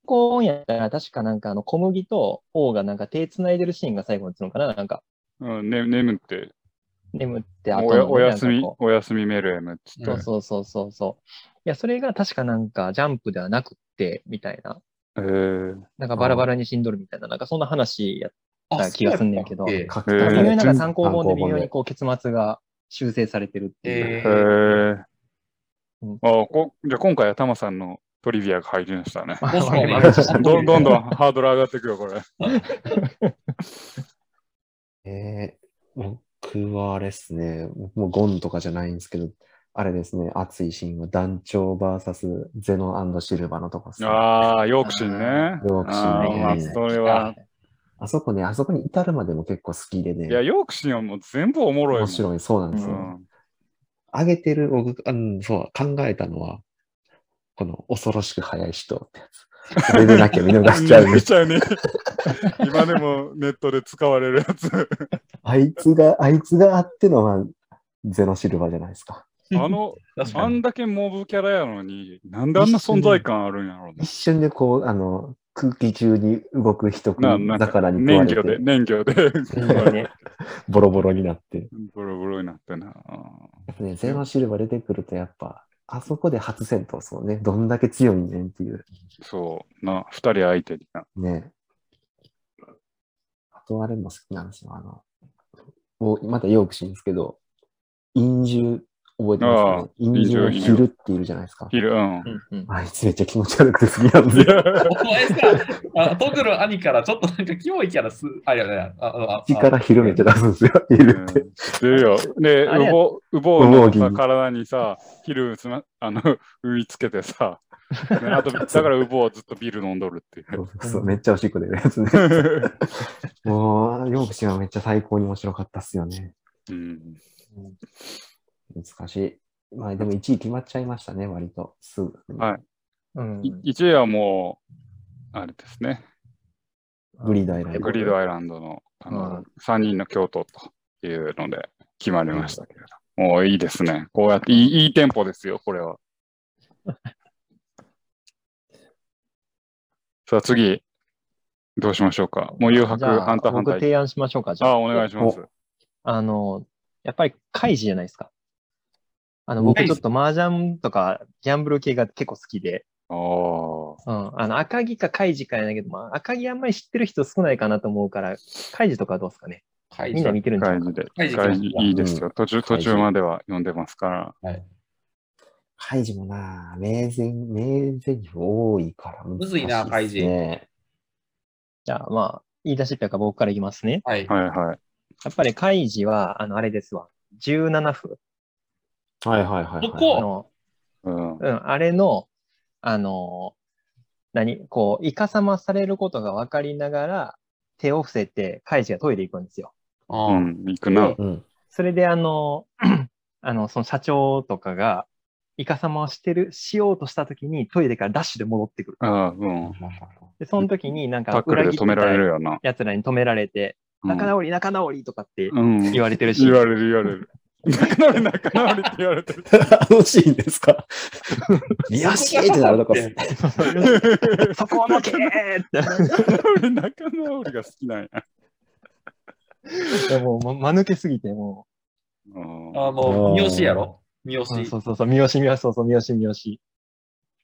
Speaker 3: こうやったら、確かなんかあの、小麦と王がなんか手繋いでるシーンが最後につのかななんか、
Speaker 1: うん、ね、眠って、
Speaker 3: 眠って後
Speaker 1: おや
Speaker 3: の
Speaker 1: お
Speaker 3: ね、
Speaker 1: 休み
Speaker 3: なんかこ、
Speaker 1: お休みメルエムっつ
Speaker 3: う
Speaker 1: っ
Speaker 2: うん
Speaker 1: て。
Speaker 3: そうそうそうそう。いや、それが確かなんかジャンプではなくって、みたいな。
Speaker 1: えー、
Speaker 3: なんかバラバラに死んどるみたいな、なんかそんな話やっ
Speaker 2: あ
Speaker 3: 気がすんねんけど
Speaker 2: そうやったっ
Speaker 4: 確か
Speaker 1: え
Speaker 3: 微
Speaker 1: ー
Speaker 3: 妙に
Speaker 1: な
Speaker 3: な
Speaker 1: か
Speaker 3: んんか単行本で微妙
Speaker 4: 単
Speaker 3: にこう結末が修正されてるっていう。
Speaker 1: え
Speaker 2: え
Speaker 1: ー。
Speaker 3: うん
Speaker 1: あこじゃあ今回はタマさんのトリビアが入りましたね。
Speaker 3: まあ
Speaker 2: どうしよう
Speaker 3: わかりまし た
Speaker 1: どんどんどんハードル上がっていくよ、これ。
Speaker 4: えー、僕はあれですね、僕もゴンとかじゃないんですけど、あれですね、熱いシーンは団長 VS ゼノシルバのとこですね、あ
Speaker 1: ああ、ヨークシンね。
Speaker 4: ヨークシンね
Speaker 1: あーまあ、それは。
Speaker 4: そこね、あそこに至るまでも結構好きで
Speaker 1: いや、
Speaker 4: ね、
Speaker 1: ヨークシンはもう全部おもろいもん。
Speaker 4: 面白い、そうなんです
Speaker 1: う
Speaker 4: よ。
Speaker 1: ん。
Speaker 4: 上げてる、僕、あのそう、考えたのは、この恐ろしく速い人ってやつ。 それでなきゃ見逃しちゃうね
Speaker 1: 見。ちゃうね。 今でもネットで使われるやつ。
Speaker 4: あいつが、あいつがあっての、まあ、ゼノシルバーじゃないですか。
Speaker 1: あの、
Speaker 2: 確か
Speaker 1: あ
Speaker 2: に。
Speaker 1: んだけモブキャラやのに、なんであんな存在感あるんやろう
Speaker 4: 一瞬でこう、あの、空気中に動く人
Speaker 1: な。ななん
Speaker 4: だか
Speaker 1: から
Speaker 4: に
Speaker 1: 燃
Speaker 4: 壊
Speaker 1: 料で、
Speaker 4: れて、
Speaker 1: 燃料で、
Speaker 3: ね。
Speaker 4: ボロボロになって。
Speaker 1: ボロボロになってな。
Speaker 4: ね、ゼノシルバー出てくると、やっぱ、あそこで初戦闘そうね。どんだけ強いねんっていう。
Speaker 1: そう、な、二人相手にな。
Speaker 4: ね。あとあれも好きなんですよ。あの、おまたヨークシーですけど、陰獣覚えてますか、ね、陰獣の
Speaker 1: 陰
Speaker 4: ヒ
Speaker 1: 獣
Speaker 4: ルっているじゃないですか。
Speaker 1: 昼、うん。
Speaker 3: うんうん
Speaker 4: あいつめっちゃ気持ち悪くて好きなんですよ。
Speaker 2: お前さ、あトグロ兄からちょっとなんかキモいキャラす、あ、いやいや、あああ
Speaker 4: 口からヒルめっちゃ出すんですよ。ヒルって。
Speaker 1: するよ。で、
Speaker 3: あれ
Speaker 1: う
Speaker 3: や
Speaker 1: ぼ、うぼうの
Speaker 4: 羽毛
Speaker 1: さ
Speaker 4: 着
Speaker 1: 体にさ、昼つま、あの、 産みつけてさ、ね あと、だからうぼうずっとビール飲んどるってい。
Speaker 4: そううそうそうめっちゃおしっこ出るやつね。 もう、ヨークシーはめっちゃ最高に面白かったっすよね。
Speaker 1: うん、
Speaker 4: 難しい。まあでも1位決まっちゃいましたね、割と。すぐ。
Speaker 1: はい
Speaker 3: うん
Speaker 1: い一位はもう、あれですね、
Speaker 4: グリードアイランド
Speaker 1: グリードアイランドのあ
Speaker 4: う
Speaker 1: の
Speaker 4: ん
Speaker 1: 3人の京都というので決まりましたけれど、もういいですね。こうやっていいいいテンポですよ、これは。さあ次、どうしましょうか。もう誘
Speaker 3: じ
Speaker 1: 白、
Speaker 3: ゃあ
Speaker 1: 反対反
Speaker 3: 僕
Speaker 1: 対。
Speaker 3: 提案しましょうか。じゃ
Speaker 1: あ
Speaker 3: あ、
Speaker 1: あ、お願いします。
Speaker 3: あの、やっぱり開示じゃないですか。あの、僕
Speaker 2: 開
Speaker 3: ちょ
Speaker 2: 示
Speaker 3: っと麻雀とかギャンブル系が結構好きで、
Speaker 1: ああ、
Speaker 3: うん、あの、赤木か開示かやないけど、まあ、赤木あんまり知ってる人少ないかなと思うから、開示とかはどうですかね。
Speaker 2: はい
Speaker 3: みんな見てるんじゃな
Speaker 1: 大
Speaker 3: い
Speaker 1: 事
Speaker 3: か
Speaker 1: で。
Speaker 2: 開示
Speaker 1: 大事いいですよ。途中、途
Speaker 4: 開示
Speaker 1: 中までは読んでますから。
Speaker 4: カイジもな、名前、名前多いから難しいっすね、
Speaker 2: むずいなカイジ
Speaker 3: じゃあ、まあ、言い出しっぺやから僕からいきますね。
Speaker 2: はい。
Speaker 1: はいはい。
Speaker 3: やっぱり開示は、あの、あれですわ。17歩
Speaker 4: はいはいはい、はい。
Speaker 2: そこ
Speaker 3: の、
Speaker 1: うん。
Speaker 3: うん、あれの、あの、何こう、いかさまされることが分かりながら、手を伏せて、カイジがトイレ行くんですよ。
Speaker 2: う。
Speaker 1: うんん、行くな。
Speaker 4: うん。
Speaker 3: それで、あの、 あの、その社長とかが、いかさまをしてる、しようとしたときに、トイレからダッシュで戻ってくる。
Speaker 1: ああ、うん。
Speaker 3: で、その時になん
Speaker 1: タ
Speaker 3: か
Speaker 1: ッ、ク
Speaker 3: 裏
Speaker 1: ルで
Speaker 3: 切
Speaker 1: 止め
Speaker 3: っ
Speaker 1: られる
Speaker 3: た
Speaker 1: よな。
Speaker 3: やつらに止められ
Speaker 1: う
Speaker 3: て、
Speaker 1: ん
Speaker 3: 仲直り、仲直りとかって
Speaker 1: うん。
Speaker 3: 言われてるし、
Speaker 1: 言われる言われる。仲直り仲直りって言われてる。
Speaker 4: あのシーンですかよしーってなるとこ
Speaker 2: そこ が
Speaker 3: そこを抜けーって。
Speaker 1: 仲直り仲直りが好きなんや。
Speaker 3: でもう、ま、間抜けすぎて、も
Speaker 1: うん
Speaker 2: あの、
Speaker 4: うん
Speaker 2: 三好やろ三
Speaker 3: う、そう
Speaker 2: 好。
Speaker 3: そうそう、三好、三好、そうそう、三好、三好。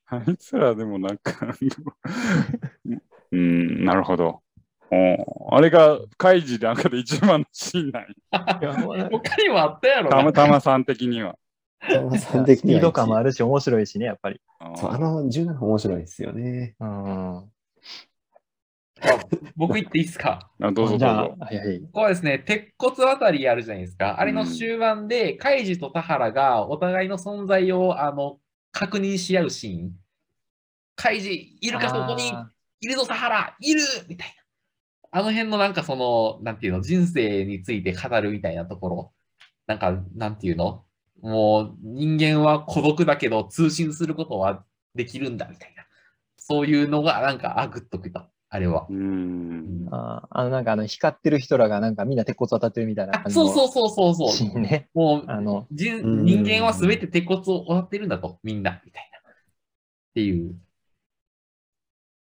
Speaker 1: あいつらでもなんか、うん、なるほど。おあれが、カイジなんかで一番のシーンなんや。
Speaker 3: いやもうなんか
Speaker 2: 他にもあったやろ
Speaker 1: たま
Speaker 2: な。
Speaker 1: たまさん的には。
Speaker 4: スピー
Speaker 3: ード感もあるし、面白いしね、やっぱり。
Speaker 4: そう、あ
Speaker 1: あ
Speaker 4: の17面白いですよね。
Speaker 3: うん。
Speaker 2: 僕言っていいですか
Speaker 1: あどうぞ
Speaker 3: じ
Speaker 1: どう
Speaker 3: ゃ
Speaker 1: ぞ
Speaker 3: あ、。はいはい。
Speaker 2: ここはですね、鉄骨あたりあるじゃないですか。あれの終盤で、カイジと田原がお互いの存在をあの確認し合うシーン。カイジ、い
Speaker 3: い
Speaker 2: るかそこにいるぞ、田原いるみたいな。あの辺のなんかその、なんていうの、人生について語るみたいなところ。なんか、なんていうのもう人間は孤独だけど通信することはできるんだみたいな。そういうのがなんか、あ、グッとくた。あれは
Speaker 1: う。ん。
Speaker 3: あーあの、なんかあの、光ってる人らがなんかみんな鉄骨当たってるみたいな
Speaker 2: あ
Speaker 3: 感じ
Speaker 2: そう
Speaker 3: の
Speaker 2: そうそうそうそう。
Speaker 3: シーンね。
Speaker 2: もう
Speaker 3: あの、
Speaker 2: 人
Speaker 4: うん
Speaker 2: 人間は全て鉄骨を終わってるんだと、みんな、みたいな。っていう。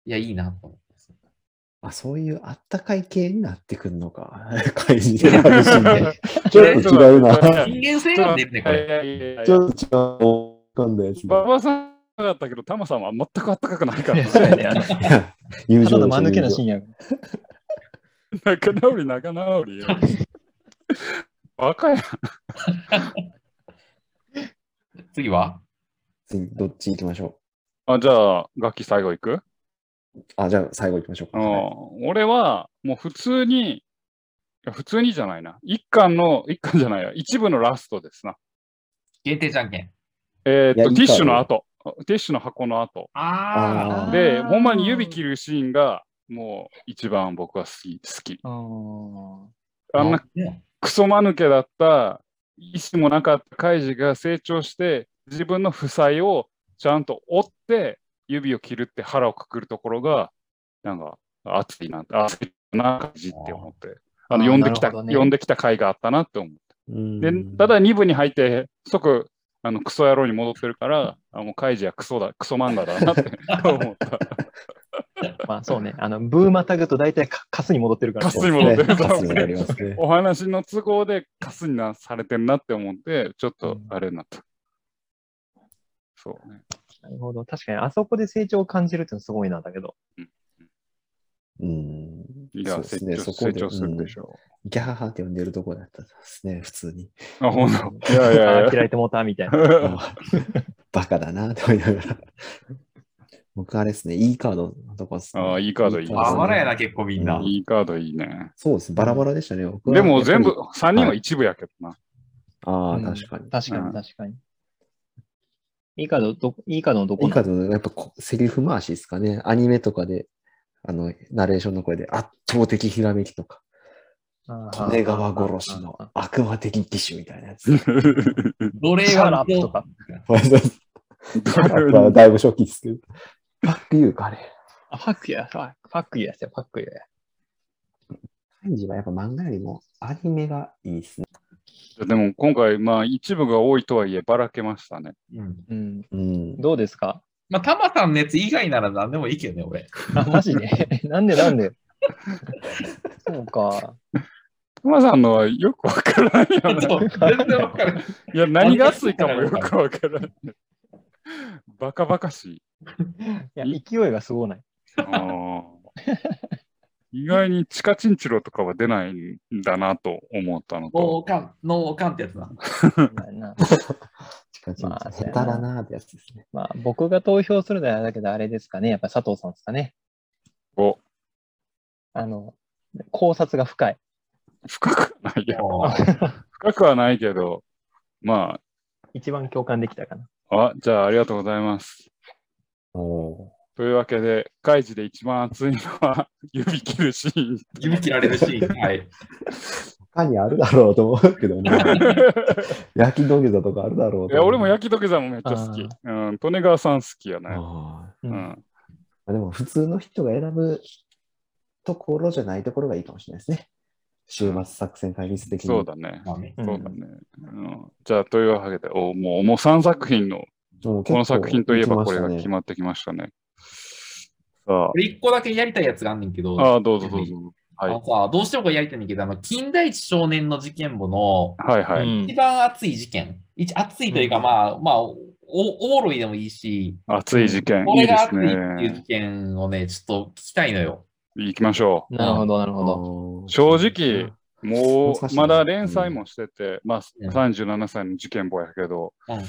Speaker 2: いや、いいなと思ってます。
Speaker 4: あそういうあったかい系になってくんのか。 怪人であるシーンで ちょっと違 うな。ち
Speaker 2: 人間性が出るね、これ。
Speaker 4: ょっと違う。わかんないやつ
Speaker 1: 馬
Speaker 4: だ。
Speaker 1: 場さんだったけど、タマさんは全く暖かくないか
Speaker 3: い
Speaker 1: ら
Speaker 3: やそうやね。あの、
Speaker 4: いや
Speaker 3: ただ
Speaker 4: 友情
Speaker 3: の間抜けなシーンや。
Speaker 1: 仲直り仲直 りよ。バカやん。
Speaker 2: 次は
Speaker 4: 友情次どっち行きましょ
Speaker 1: あじゃあ、楽器最後いく
Speaker 4: う。あ、じゃあ最後行きましょう
Speaker 1: う
Speaker 4: か。
Speaker 1: ん
Speaker 4: はい
Speaker 1: 俺は、もう普通に、いや普通にじゃないな。一巻の、一巻じゃないよ。一部のラストですな。
Speaker 2: 限定じゃんけん。
Speaker 1: えーっと、
Speaker 4: いやいい
Speaker 1: ティ
Speaker 4: か
Speaker 1: ッシュの後。ティッシュの箱の後。
Speaker 2: あ
Speaker 4: あー
Speaker 1: で、ほんまに指切るシーンが、もう一番僕は好き。好き。
Speaker 3: うん。
Speaker 1: あんな
Speaker 2: ね
Speaker 1: クソ間抜けだった、意思もなかったカイジが成長して、自分の負債をちゃんと追って、指を切るって腹をくくるところが、なんか、熱いな、熱いな、感じって思って、あの、
Speaker 3: あー
Speaker 1: 呼んできた、
Speaker 3: なるほどね
Speaker 1: 呼んできた回があったなって思って。で、ただ2部に入って、即、あの、クソ野郎に戻ってるから、あもう、カイジはクソだ、クソ漫画だ なって思った。
Speaker 3: まあそうね、あの、ブーマタグと大体カカスに戻ってるから
Speaker 1: カ
Speaker 3: ね。
Speaker 1: スに戻 ってる
Speaker 4: カスに なりますね。
Speaker 1: お話の都合でカスになされてんなって思って、ちょっとあれになった。そうね。
Speaker 3: なるほど。確かに、あそこで成長を感じるっていうのすごいな、だけど。
Speaker 4: うん。
Speaker 1: いや、
Speaker 4: そうですね
Speaker 1: 成長
Speaker 4: そこ
Speaker 1: 成
Speaker 4: で
Speaker 1: 長するでしょ
Speaker 4: ギャハハって呼んでるとこだったですね、普 通に。
Speaker 1: う。あ、ほんと。いやいやい
Speaker 3: あ
Speaker 1: や
Speaker 3: ー。嫌いてもうた、みたいな。
Speaker 4: あ バカだなって思いながら。 僕はあれですね、いいカードのとこです、ね。
Speaker 1: あーいいカードいい
Speaker 2: あ、まだやな、
Speaker 4: け
Speaker 2: 結構みんな。
Speaker 4: うん
Speaker 1: いいカードいいね。
Speaker 4: そうですね、バラバラでしたね。僕は
Speaker 1: でも全部
Speaker 4: やっ、
Speaker 1: 3人は一部やけどな。
Speaker 4: ぱ
Speaker 3: う
Speaker 4: り。
Speaker 3: ん
Speaker 4: ああ、確かに。
Speaker 3: 確か
Speaker 1: うん
Speaker 3: に、確かに。いいカード、ど、いいカードのど
Speaker 4: い
Speaker 3: こ
Speaker 4: い
Speaker 3: な
Speaker 4: カー
Speaker 3: の
Speaker 4: ドのやっぱこセリフ回しですかね。アニメとかで、あの、ナレーションの声で圧倒的ひらめきとか、
Speaker 3: あー
Speaker 4: 利根川殺しの
Speaker 3: あー
Speaker 4: 悪魔的義手みたいなや つ。
Speaker 2: 奴隷
Speaker 3: シャーラ
Speaker 2: は
Speaker 3: ップとか。
Speaker 4: だだいぶ初期ですけど。バックユーか、あれ。
Speaker 3: あ、ファックや、ファックファックや、ファックや。
Speaker 4: カイジはやっぱ漫画よりもアニメがいいですね。
Speaker 1: でも今回、まあ一部が多いとはいえばらけましたね。
Speaker 2: うん
Speaker 3: うん。
Speaker 4: うん。
Speaker 3: どうですか
Speaker 2: まあ、タマさんのやつ以外なら何でもいいけどね、俺。
Speaker 3: あ、マジで なんでなんでそうか。
Speaker 1: 熊さんのはよくわからん
Speaker 2: そ
Speaker 1: よ ね。
Speaker 2: う全然わかる。
Speaker 1: いや、何が熱いかもよくわからん。バカバカしい。
Speaker 3: いや、勢いがすごない。
Speaker 1: あー意外にチカチンチロとかは出ないんだなと思ったのと。
Speaker 2: ノーカン、ノーカンってやつ な。
Speaker 3: な
Speaker 4: チカチ
Speaker 3: まあ
Speaker 4: 下手だなーってやつですね。
Speaker 3: まあ、僕が投票するのはあれだけど、あれですかね。やっぱ佐藤さんですかね。
Speaker 1: お
Speaker 3: あの、考察が深い。
Speaker 1: 深くはないよ。
Speaker 2: おー
Speaker 1: 深くはないけど、ま
Speaker 3: 一番共感できたかな。
Speaker 1: あ、あ、じゃあありがとうございます。
Speaker 4: お
Speaker 1: というわけで、カイジで一番熱いのは 指切るシーン。
Speaker 2: 指切られるシーン。はい。
Speaker 4: 他にあるだろうと思うけどね。 焼き土下座とかあるだろう
Speaker 1: い
Speaker 4: と思う
Speaker 1: や、俺も焼き土下座もめっちゃ好き。うん、利根川さん好きやね。
Speaker 4: あ
Speaker 3: う。
Speaker 1: うんん。
Speaker 4: ーでも普通の人が選ぶところじゃないところがいいかもしれないですね。週末作戦会議室的に。
Speaker 1: そうだね。
Speaker 2: まあね
Speaker 3: うん
Speaker 1: そうだね。うん。じゃあ、というわけで、おもう、もう3作品の、
Speaker 4: もう結構
Speaker 1: この作品といえばこれが
Speaker 4: 行き
Speaker 1: 決ま
Speaker 4: ま
Speaker 1: ってきましたね。さ
Speaker 2: 俺一個だけやりたいやつがあんねんけど、
Speaker 1: あ、ああ、どうぞどうぞ。はい
Speaker 2: あのさどうしてもこれやりたいんだけど、あの、金田一少年の事件簿の
Speaker 1: はいは
Speaker 3: う
Speaker 1: い。
Speaker 2: 一
Speaker 3: ん
Speaker 2: 番熱い事件。一熱いというか、
Speaker 3: うん
Speaker 2: まあ、まあ、おおろいでもいいし、
Speaker 1: 熱い事件。
Speaker 2: こ
Speaker 1: い
Speaker 2: れ
Speaker 1: いで
Speaker 2: が
Speaker 1: す
Speaker 2: 熱いっていう
Speaker 1: ね
Speaker 2: 事。件をね、ちょっと聞きたいのよ。
Speaker 1: 行きましょ
Speaker 3: なるほど、なるほど。
Speaker 4: ど
Speaker 1: う。正直、、も
Speaker 4: 難し
Speaker 1: う、
Speaker 4: いね
Speaker 1: まだ連載もしてて、まあ、
Speaker 2: うん
Speaker 1: 37歳の事件簿やけど、
Speaker 2: うん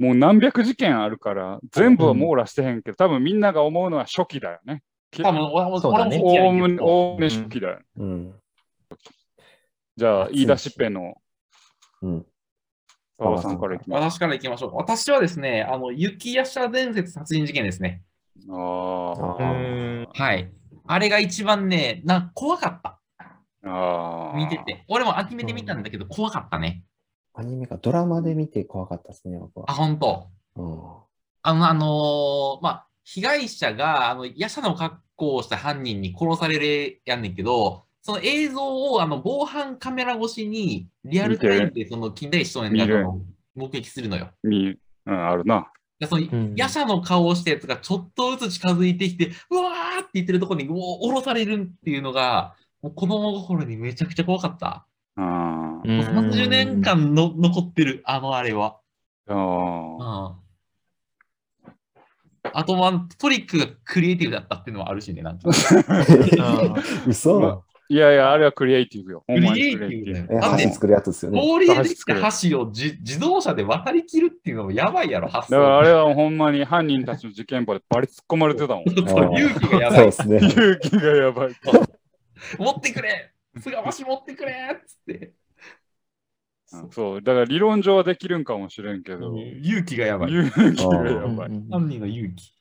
Speaker 1: もう何百事件あるから、全部は網羅してへんけど、多分みんなが思うのは初期だよね。
Speaker 2: 多分俺も、
Speaker 3: そうだ
Speaker 2: 俺も
Speaker 3: ね
Speaker 2: 好き
Speaker 1: おお
Speaker 2: やね
Speaker 1: む
Speaker 2: ん
Speaker 1: ね
Speaker 2: け、ど
Speaker 1: おおむね初期だよ、ね
Speaker 4: うん。
Speaker 1: じゃあ、
Speaker 4: 熱い
Speaker 1: 言い出しっぺの
Speaker 4: うん。
Speaker 1: 馬場さんからいきます。
Speaker 2: 私から行きましょう。私はですね、あの、雪夜叉伝説殺人事件ですね。
Speaker 1: あー
Speaker 4: う
Speaker 2: はい。あれが一番ね、な怖かった。
Speaker 1: あー。
Speaker 2: 見てて。俺もアニメで見たんだけど、怖かったね。
Speaker 4: アニメか、ドラマで見て怖かったですね、僕
Speaker 2: あ、
Speaker 4: は。
Speaker 2: 本当。
Speaker 4: うん
Speaker 2: あの、あのーまあ、被害者が、あの、夜叉の格好をした犯人に殺されるやんねんけど、その映像を、あの、防犯カメラ越しに、リアルタイムで、その、近代一少年が
Speaker 1: 見る
Speaker 2: その目撃するのよ。
Speaker 1: みうん、あるな。
Speaker 2: でその
Speaker 3: ん
Speaker 2: 夜叉の顔をしたやつがちょっとずつ近づいてきて、うわーって言ってるところに、もう降ろされるっていうのが、もう子供心にめちゃくちゃ怖かった。
Speaker 1: あー
Speaker 3: うん
Speaker 2: 30年間の残ってる、あのあれは。
Speaker 1: あ
Speaker 2: う
Speaker 1: ー
Speaker 2: ん。あと、まあ、トリックがクリエイティブだったっていうのはあるしね、なんか。
Speaker 4: 嘘、
Speaker 1: まいやいや、あれはクリエイティブよ。ほんまにクリエイティブ。
Speaker 2: クリエイティブだよ
Speaker 4: え
Speaker 2: だって
Speaker 4: 橋作るやつですよね。
Speaker 2: 氷でできた橋をじ自動車で渡り切るっていうのもやばいやろ、発
Speaker 1: だからあ
Speaker 2: 想。
Speaker 1: れはほんまに犯人たちの事件簿でバリ突っ込まれて たもん。
Speaker 2: ちょっと勇気がやば
Speaker 4: そう
Speaker 2: い
Speaker 4: で。すね。
Speaker 1: 勇気がやばい。
Speaker 2: 持ってくれ菅橋持ってくれっつって。
Speaker 1: うんそう、だから理論上はできるんかもしれんけど、
Speaker 2: 勇気がやばい。
Speaker 1: 勇気がやばい。
Speaker 3: うんうん
Speaker 2: 犯人の勇気。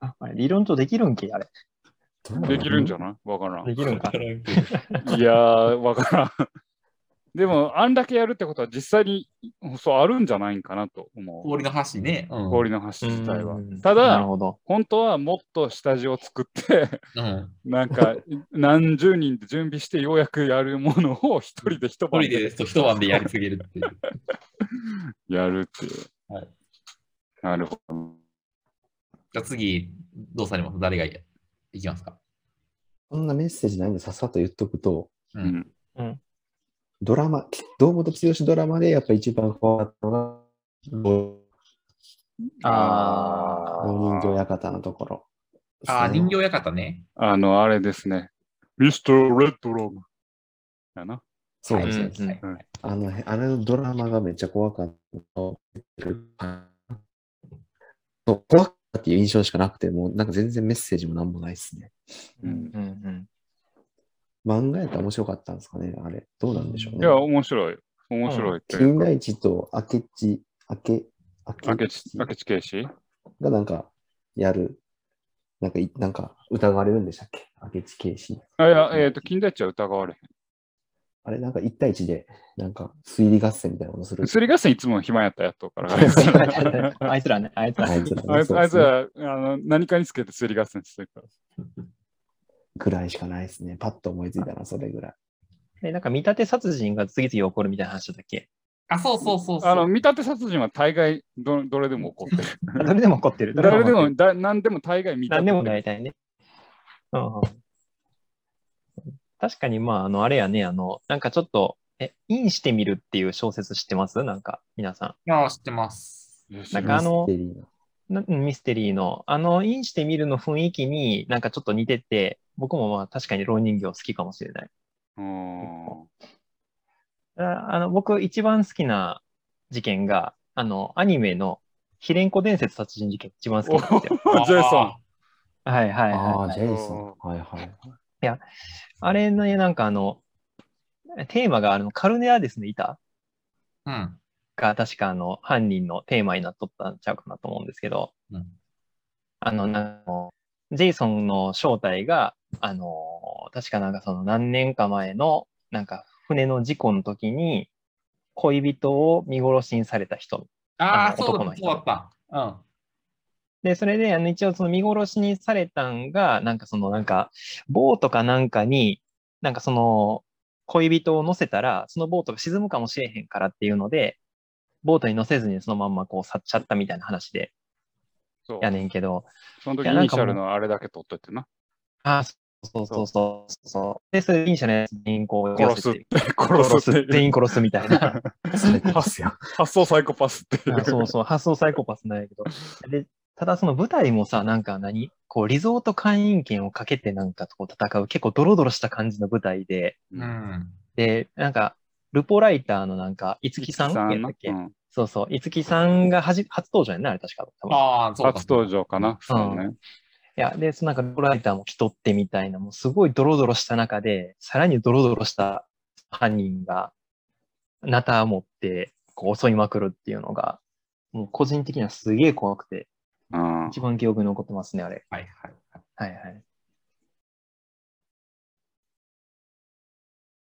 Speaker 3: ああれ理論上できるんけあれ。
Speaker 1: できるんじゃ
Speaker 4: ゃ
Speaker 1: ないわからん。
Speaker 3: できるんか。
Speaker 1: いやー、わからん。でも、あんだけやるってことは実際にそうあるんじゃないんかなと思
Speaker 2: 氷の箸ね。う
Speaker 1: う。
Speaker 2: ん。
Speaker 1: 氷の橋自体は
Speaker 3: うん。
Speaker 1: た
Speaker 3: なる
Speaker 1: だ、
Speaker 3: ほど。
Speaker 1: 本当はもっと下地を作って、
Speaker 2: うん。
Speaker 1: なんか何十人で準備してようやくやるものを一人で一
Speaker 2: 一
Speaker 1: 晩
Speaker 2: 人でそう一晩でやりすぎるっていう。
Speaker 1: やるっていう。
Speaker 2: はい
Speaker 1: なるほど。
Speaker 2: じゃあ次、どうされます誰がいいきますか
Speaker 4: そんなメッセージないんで、さっさと言っとくと、
Speaker 2: う。
Speaker 1: うんん。
Speaker 4: ドラマ、堂本剛ドラマでやっぱ一番怖かったのが、
Speaker 3: あ
Speaker 4: お人形館のところ。
Speaker 2: ああ、
Speaker 4: その
Speaker 2: 人形館ね。
Speaker 1: あの、あれですね。ミスター・レッドローム。やな。
Speaker 4: そう
Speaker 2: は
Speaker 4: で
Speaker 2: い
Speaker 4: す
Speaker 3: う
Speaker 4: ね
Speaker 3: ん。
Speaker 2: はい
Speaker 4: あの、あれのドラマがめっちゃ怖かった。そう怖かったっていう印象しかなくて、もうなんか全然メッセージもなんもないですね。
Speaker 3: ー。うんうんうん。
Speaker 4: 漫画やったら面白かったんですかね、あれ。どうなんでしょう
Speaker 1: い
Speaker 4: ね
Speaker 1: や、。面白い。面白いっていう
Speaker 4: 金
Speaker 1: か。
Speaker 4: 田一と明智、明、
Speaker 1: 明
Speaker 4: 明
Speaker 1: 智明智圭司
Speaker 4: がなんかやる、なんかい、なんか疑われるんでしたっけ明智警視。
Speaker 1: あ、いや、えっ、と、金田一は疑われ
Speaker 4: あれ、なんか1対1で、なんか推理合戦みたいなことす
Speaker 1: へん。
Speaker 4: る。
Speaker 1: すり合戦いつも暇やったやっとから。
Speaker 3: あいつらね、あいつら。
Speaker 4: あいつら、
Speaker 1: あいつあいつ
Speaker 4: ら。
Speaker 1: はあの何かにつけてすり合戦してるから。
Speaker 4: ぐらいしかないですね。パッと思いついたのはそれぐらい。
Speaker 3: えなんか見立て殺人が次々起こるみたいな話だったっけ
Speaker 2: あ、そうそうそうそう。
Speaker 1: あの、見立て殺人は大概どどれでも起こってる。
Speaker 3: あどれでも起こってる。
Speaker 1: 誰で
Speaker 3: 起こって
Speaker 1: も
Speaker 3: る、
Speaker 1: だ何でも大概見立て
Speaker 3: 何でも
Speaker 1: てる
Speaker 3: 大体ね。うんうん。確かに、まあ、あの、あれやね、あの、なんかちょっと、え、インしてみるっていう小説知ってますなんか、皆さ
Speaker 2: ああ、知ってます。
Speaker 1: いや知
Speaker 3: な
Speaker 1: ら
Speaker 3: ん
Speaker 1: ん
Speaker 3: かあの。
Speaker 4: ミステリーなん
Speaker 3: なミステリーの、あの、インしてみるの雰囲気になんかちょっと似てて、僕もまあ確かに老人形好きかもしれない。
Speaker 1: うん
Speaker 3: ああの、僕一番好きな事件が、あの、アニメのヒレンコ伝説殺人事件一番好きなんですよ。
Speaker 1: おジェイソン。
Speaker 3: はいはいはい
Speaker 4: あ
Speaker 3: は
Speaker 4: あ
Speaker 3: い、
Speaker 4: ジェイソン。はいはい。
Speaker 3: あれのね、なんかあの、テーマがあの、カルネアですね、板
Speaker 2: ン。うん。
Speaker 3: が確かあの、犯人のテーマになっとったんちゃうかなと思うんですけど、
Speaker 2: うん
Speaker 3: あの、なんか、ジェイソンの正体が、あの、確かなんかその何年か前の、なんか船の事故の時に、恋人を見殺しにされた人。
Speaker 2: あ
Speaker 3: あ
Speaker 2: あ、
Speaker 3: の
Speaker 2: そうだ
Speaker 3: 男の
Speaker 2: った、
Speaker 3: 人
Speaker 2: そうだった。うん。
Speaker 3: で、それで、あの、一応その見殺しにされたんが、なんかその、なんか、ボートかなんかに、なんかその、恋人を乗せたら、そのボートが沈むかもしれへんからっていうので、ボートに乗せずにそのまんまこう去っちゃったみたいな話で、
Speaker 1: そう
Speaker 3: やねんけど、
Speaker 1: その時
Speaker 3: い
Speaker 1: イ
Speaker 3: やなん
Speaker 1: ニシ
Speaker 3: かもう
Speaker 1: ャルのあれだけ取っといてな。
Speaker 3: ああ、そうそうそうそうそう。で、それで、イニシャルのやつ全員こう、
Speaker 1: 殺すって、殺すっていう
Speaker 3: 全員殺すみたいな。
Speaker 4: 最高ですよ。
Speaker 1: 発想サイコパスってい
Speaker 3: あ
Speaker 1: う。
Speaker 3: そうそう、発想サイコパスなんやけど。で、ただその舞台もさ、なんか何こう、リゾート会員権をかけてなんかとこう戦う、結構ドロドロした感じの舞台で、
Speaker 2: う
Speaker 1: うん
Speaker 2: ん。
Speaker 3: で、なんか、ルポライターのなんか、いつきさん
Speaker 1: さ
Speaker 3: や
Speaker 1: ん
Speaker 3: った
Speaker 1: な
Speaker 3: っけ、
Speaker 1: うん
Speaker 3: そうそう、いつきさんがはじ初登場やんな、あれ確か。多分い
Speaker 2: ああ、そうだ
Speaker 1: 初登場かな。そうね。
Speaker 3: や、で、そのなんか、ルポライターも来とってみたいな、もうすごいドロドロした中で、さらにドロドロした犯人が、ナタを持って、こう襲いまくるっていうのが、もう個人的にはすげえ怖くて、
Speaker 1: うん
Speaker 3: 一番記憶に残ってますね、あれ。
Speaker 2: はいはいはい。
Speaker 3: はいはい。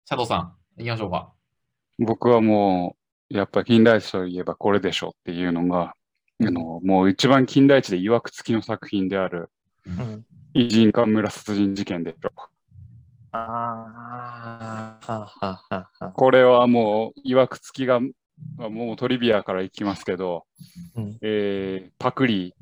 Speaker 2: シャドウさん、行きましょうか。
Speaker 1: 僕はもう、やっぱ金田一といえばこれでしょっていうのが、あのもう一番金田一で曰くつきの作品である、
Speaker 3: うん、
Speaker 1: 偉人館村殺人事件でしょ。
Speaker 3: ああ、はあはあはあ。
Speaker 1: これはもう、曰くつきが、あもうトリビアからいきますけど、
Speaker 3: うん
Speaker 1: えーパクリ、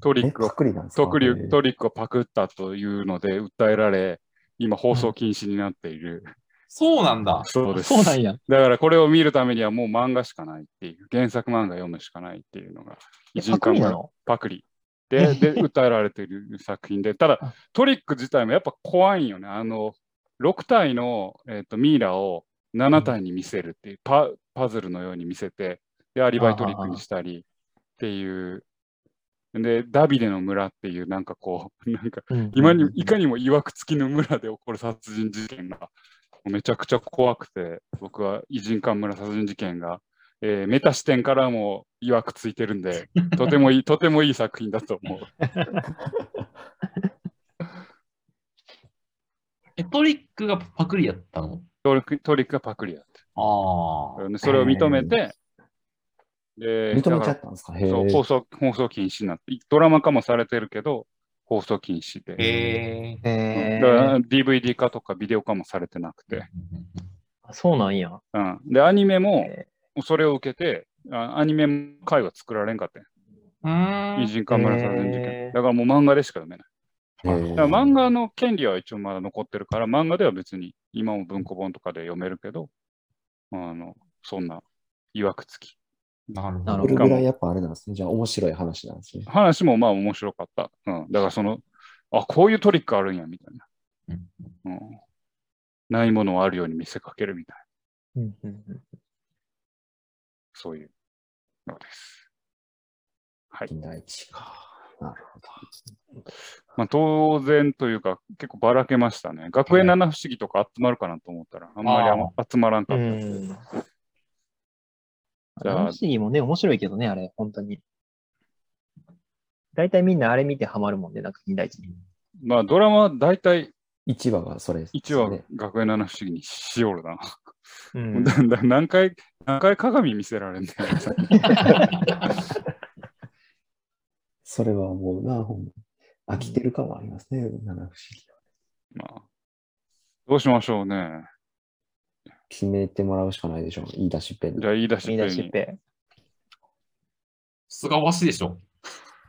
Speaker 1: トリ
Speaker 4: え、
Speaker 1: ック
Speaker 4: パ
Speaker 1: を
Speaker 4: クリなんですか
Speaker 1: トク
Speaker 4: これ
Speaker 1: リトリックをパクったというので訴えられ、今放送禁止になっている。
Speaker 2: そうなんだ。
Speaker 1: そうです。
Speaker 3: そうなんや。
Speaker 1: だからこれを見るためにはもう漫画しかないっていう、原作漫画読むしかないっていうのが、
Speaker 3: え
Speaker 1: 偉
Speaker 3: パ
Speaker 1: 人
Speaker 3: ク
Speaker 1: 館
Speaker 3: リな
Speaker 1: 村
Speaker 3: の
Speaker 1: パクリ。で、で、訴えられている作品で、ただトリック自体もやっぱ怖いんよね。あの、6体の、えっとミイラを7体に見せるっていう、パパズルのように見せて、で、アリバイトリックにしたりっていう、で、ダビデの村っていう、なんかこう、 なんか
Speaker 3: うん
Speaker 1: 今にいかにもいわくつきの村で起こる殺人事件がめちゃくちゃ怖くて僕は偉人館村殺人事件が、えーメタ視点からもいわくついてるんでとても いいとてもいい作品だと思う
Speaker 2: え、トリックがパクリやったの
Speaker 1: トリックトリックがパクリやって
Speaker 2: ああ。
Speaker 1: る。でそれを認めて、で
Speaker 4: 認めちゃ
Speaker 1: だ
Speaker 4: っ
Speaker 1: か
Speaker 4: たんですからへ
Speaker 1: そう
Speaker 4: え。
Speaker 1: 放送放送禁止になって、ドラマ化もされてるけど、放送禁止で。
Speaker 2: え
Speaker 3: へえ
Speaker 1: だから DVD 化とかビデオ化もされてなく
Speaker 2: ー
Speaker 1: て。
Speaker 3: そうなんや。
Speaker 1: うん、で、アニメも
Speaker 3: へ
Speaker 1: それを受けて、あアニメ会は作られんかったよ
Speaker 2: うーん。
Speaker 1: 偉人冠殺人事
Speaker 3: へ
Speaker 1: 件。
Speaker 3: ー
Speaker 1: だからもう漫画でしか読めない。
Speaker 4: へ
Speaker 1: だ
Speaker 4: え
Speaker 1: から漫画の権利は一応まだ残ってるから、漫画では別に今も文庫本とかで読めるけど、あのそんな曰くつき。
Speaker 2: なるほ
Speaker 3: な
Speaker 2: ど。
Speaker 3: る
Speaker 4: こ
Speaker 3: ほど
Speaker 4: れぐらいやっぱあれなんですね。じゃあ面白い話なんですね。
Speaker 1: 話もまあ面白かった。うん、だからその、あ、こういうトリックあるんやみたいな。うん、ないものはあるように見せかけるみたいな、
Speaker 3: うんうんうん
Speaker 1: そういうのです。はい。
Speaker 4: 金田一か。なるほど。
Speaker 1: まあ、当然というか、結構ばらけましたね。学園七不思議とか集まるかなと思ったら、あんまりあま集まらんか
Speaker 3: う
Speaker 1: った。
Speaker 3: ん。
Speaker 1: じゃあ
Speaker 3: ラムシギもね、面白いけどね、あれ、本当に。大体みんなあれ見てハマるもんね、なんか金田一に。
Speaker 1: まあ、ドラマは大体
Speaker 4: 1話がそれです、ね。
Speaker 1: 1話、学園七不思議にしおるな。
Speaker 3: う ん
Speaker 1: だだ何回、何回鏡見せられんねん。
Speaker 4: それは思うな、ほんま。飽きてる感はありますね、七不思議は。
Speaker 1: まあ、どうしましょうね。
Speaker 4: 決めてもらうしかないでしょう。言い出しっぺに
Speaker 1: じ。ゃあ、言い出し
Speaker 3: 金
Speaker 1: っ
Speaker 3: 田
Speaker 1: ぺ
Speaker 3: 一っ
Speaker 1: に。
Speaker 3: ぺ。
Speaker 2: すがわしいでしょ。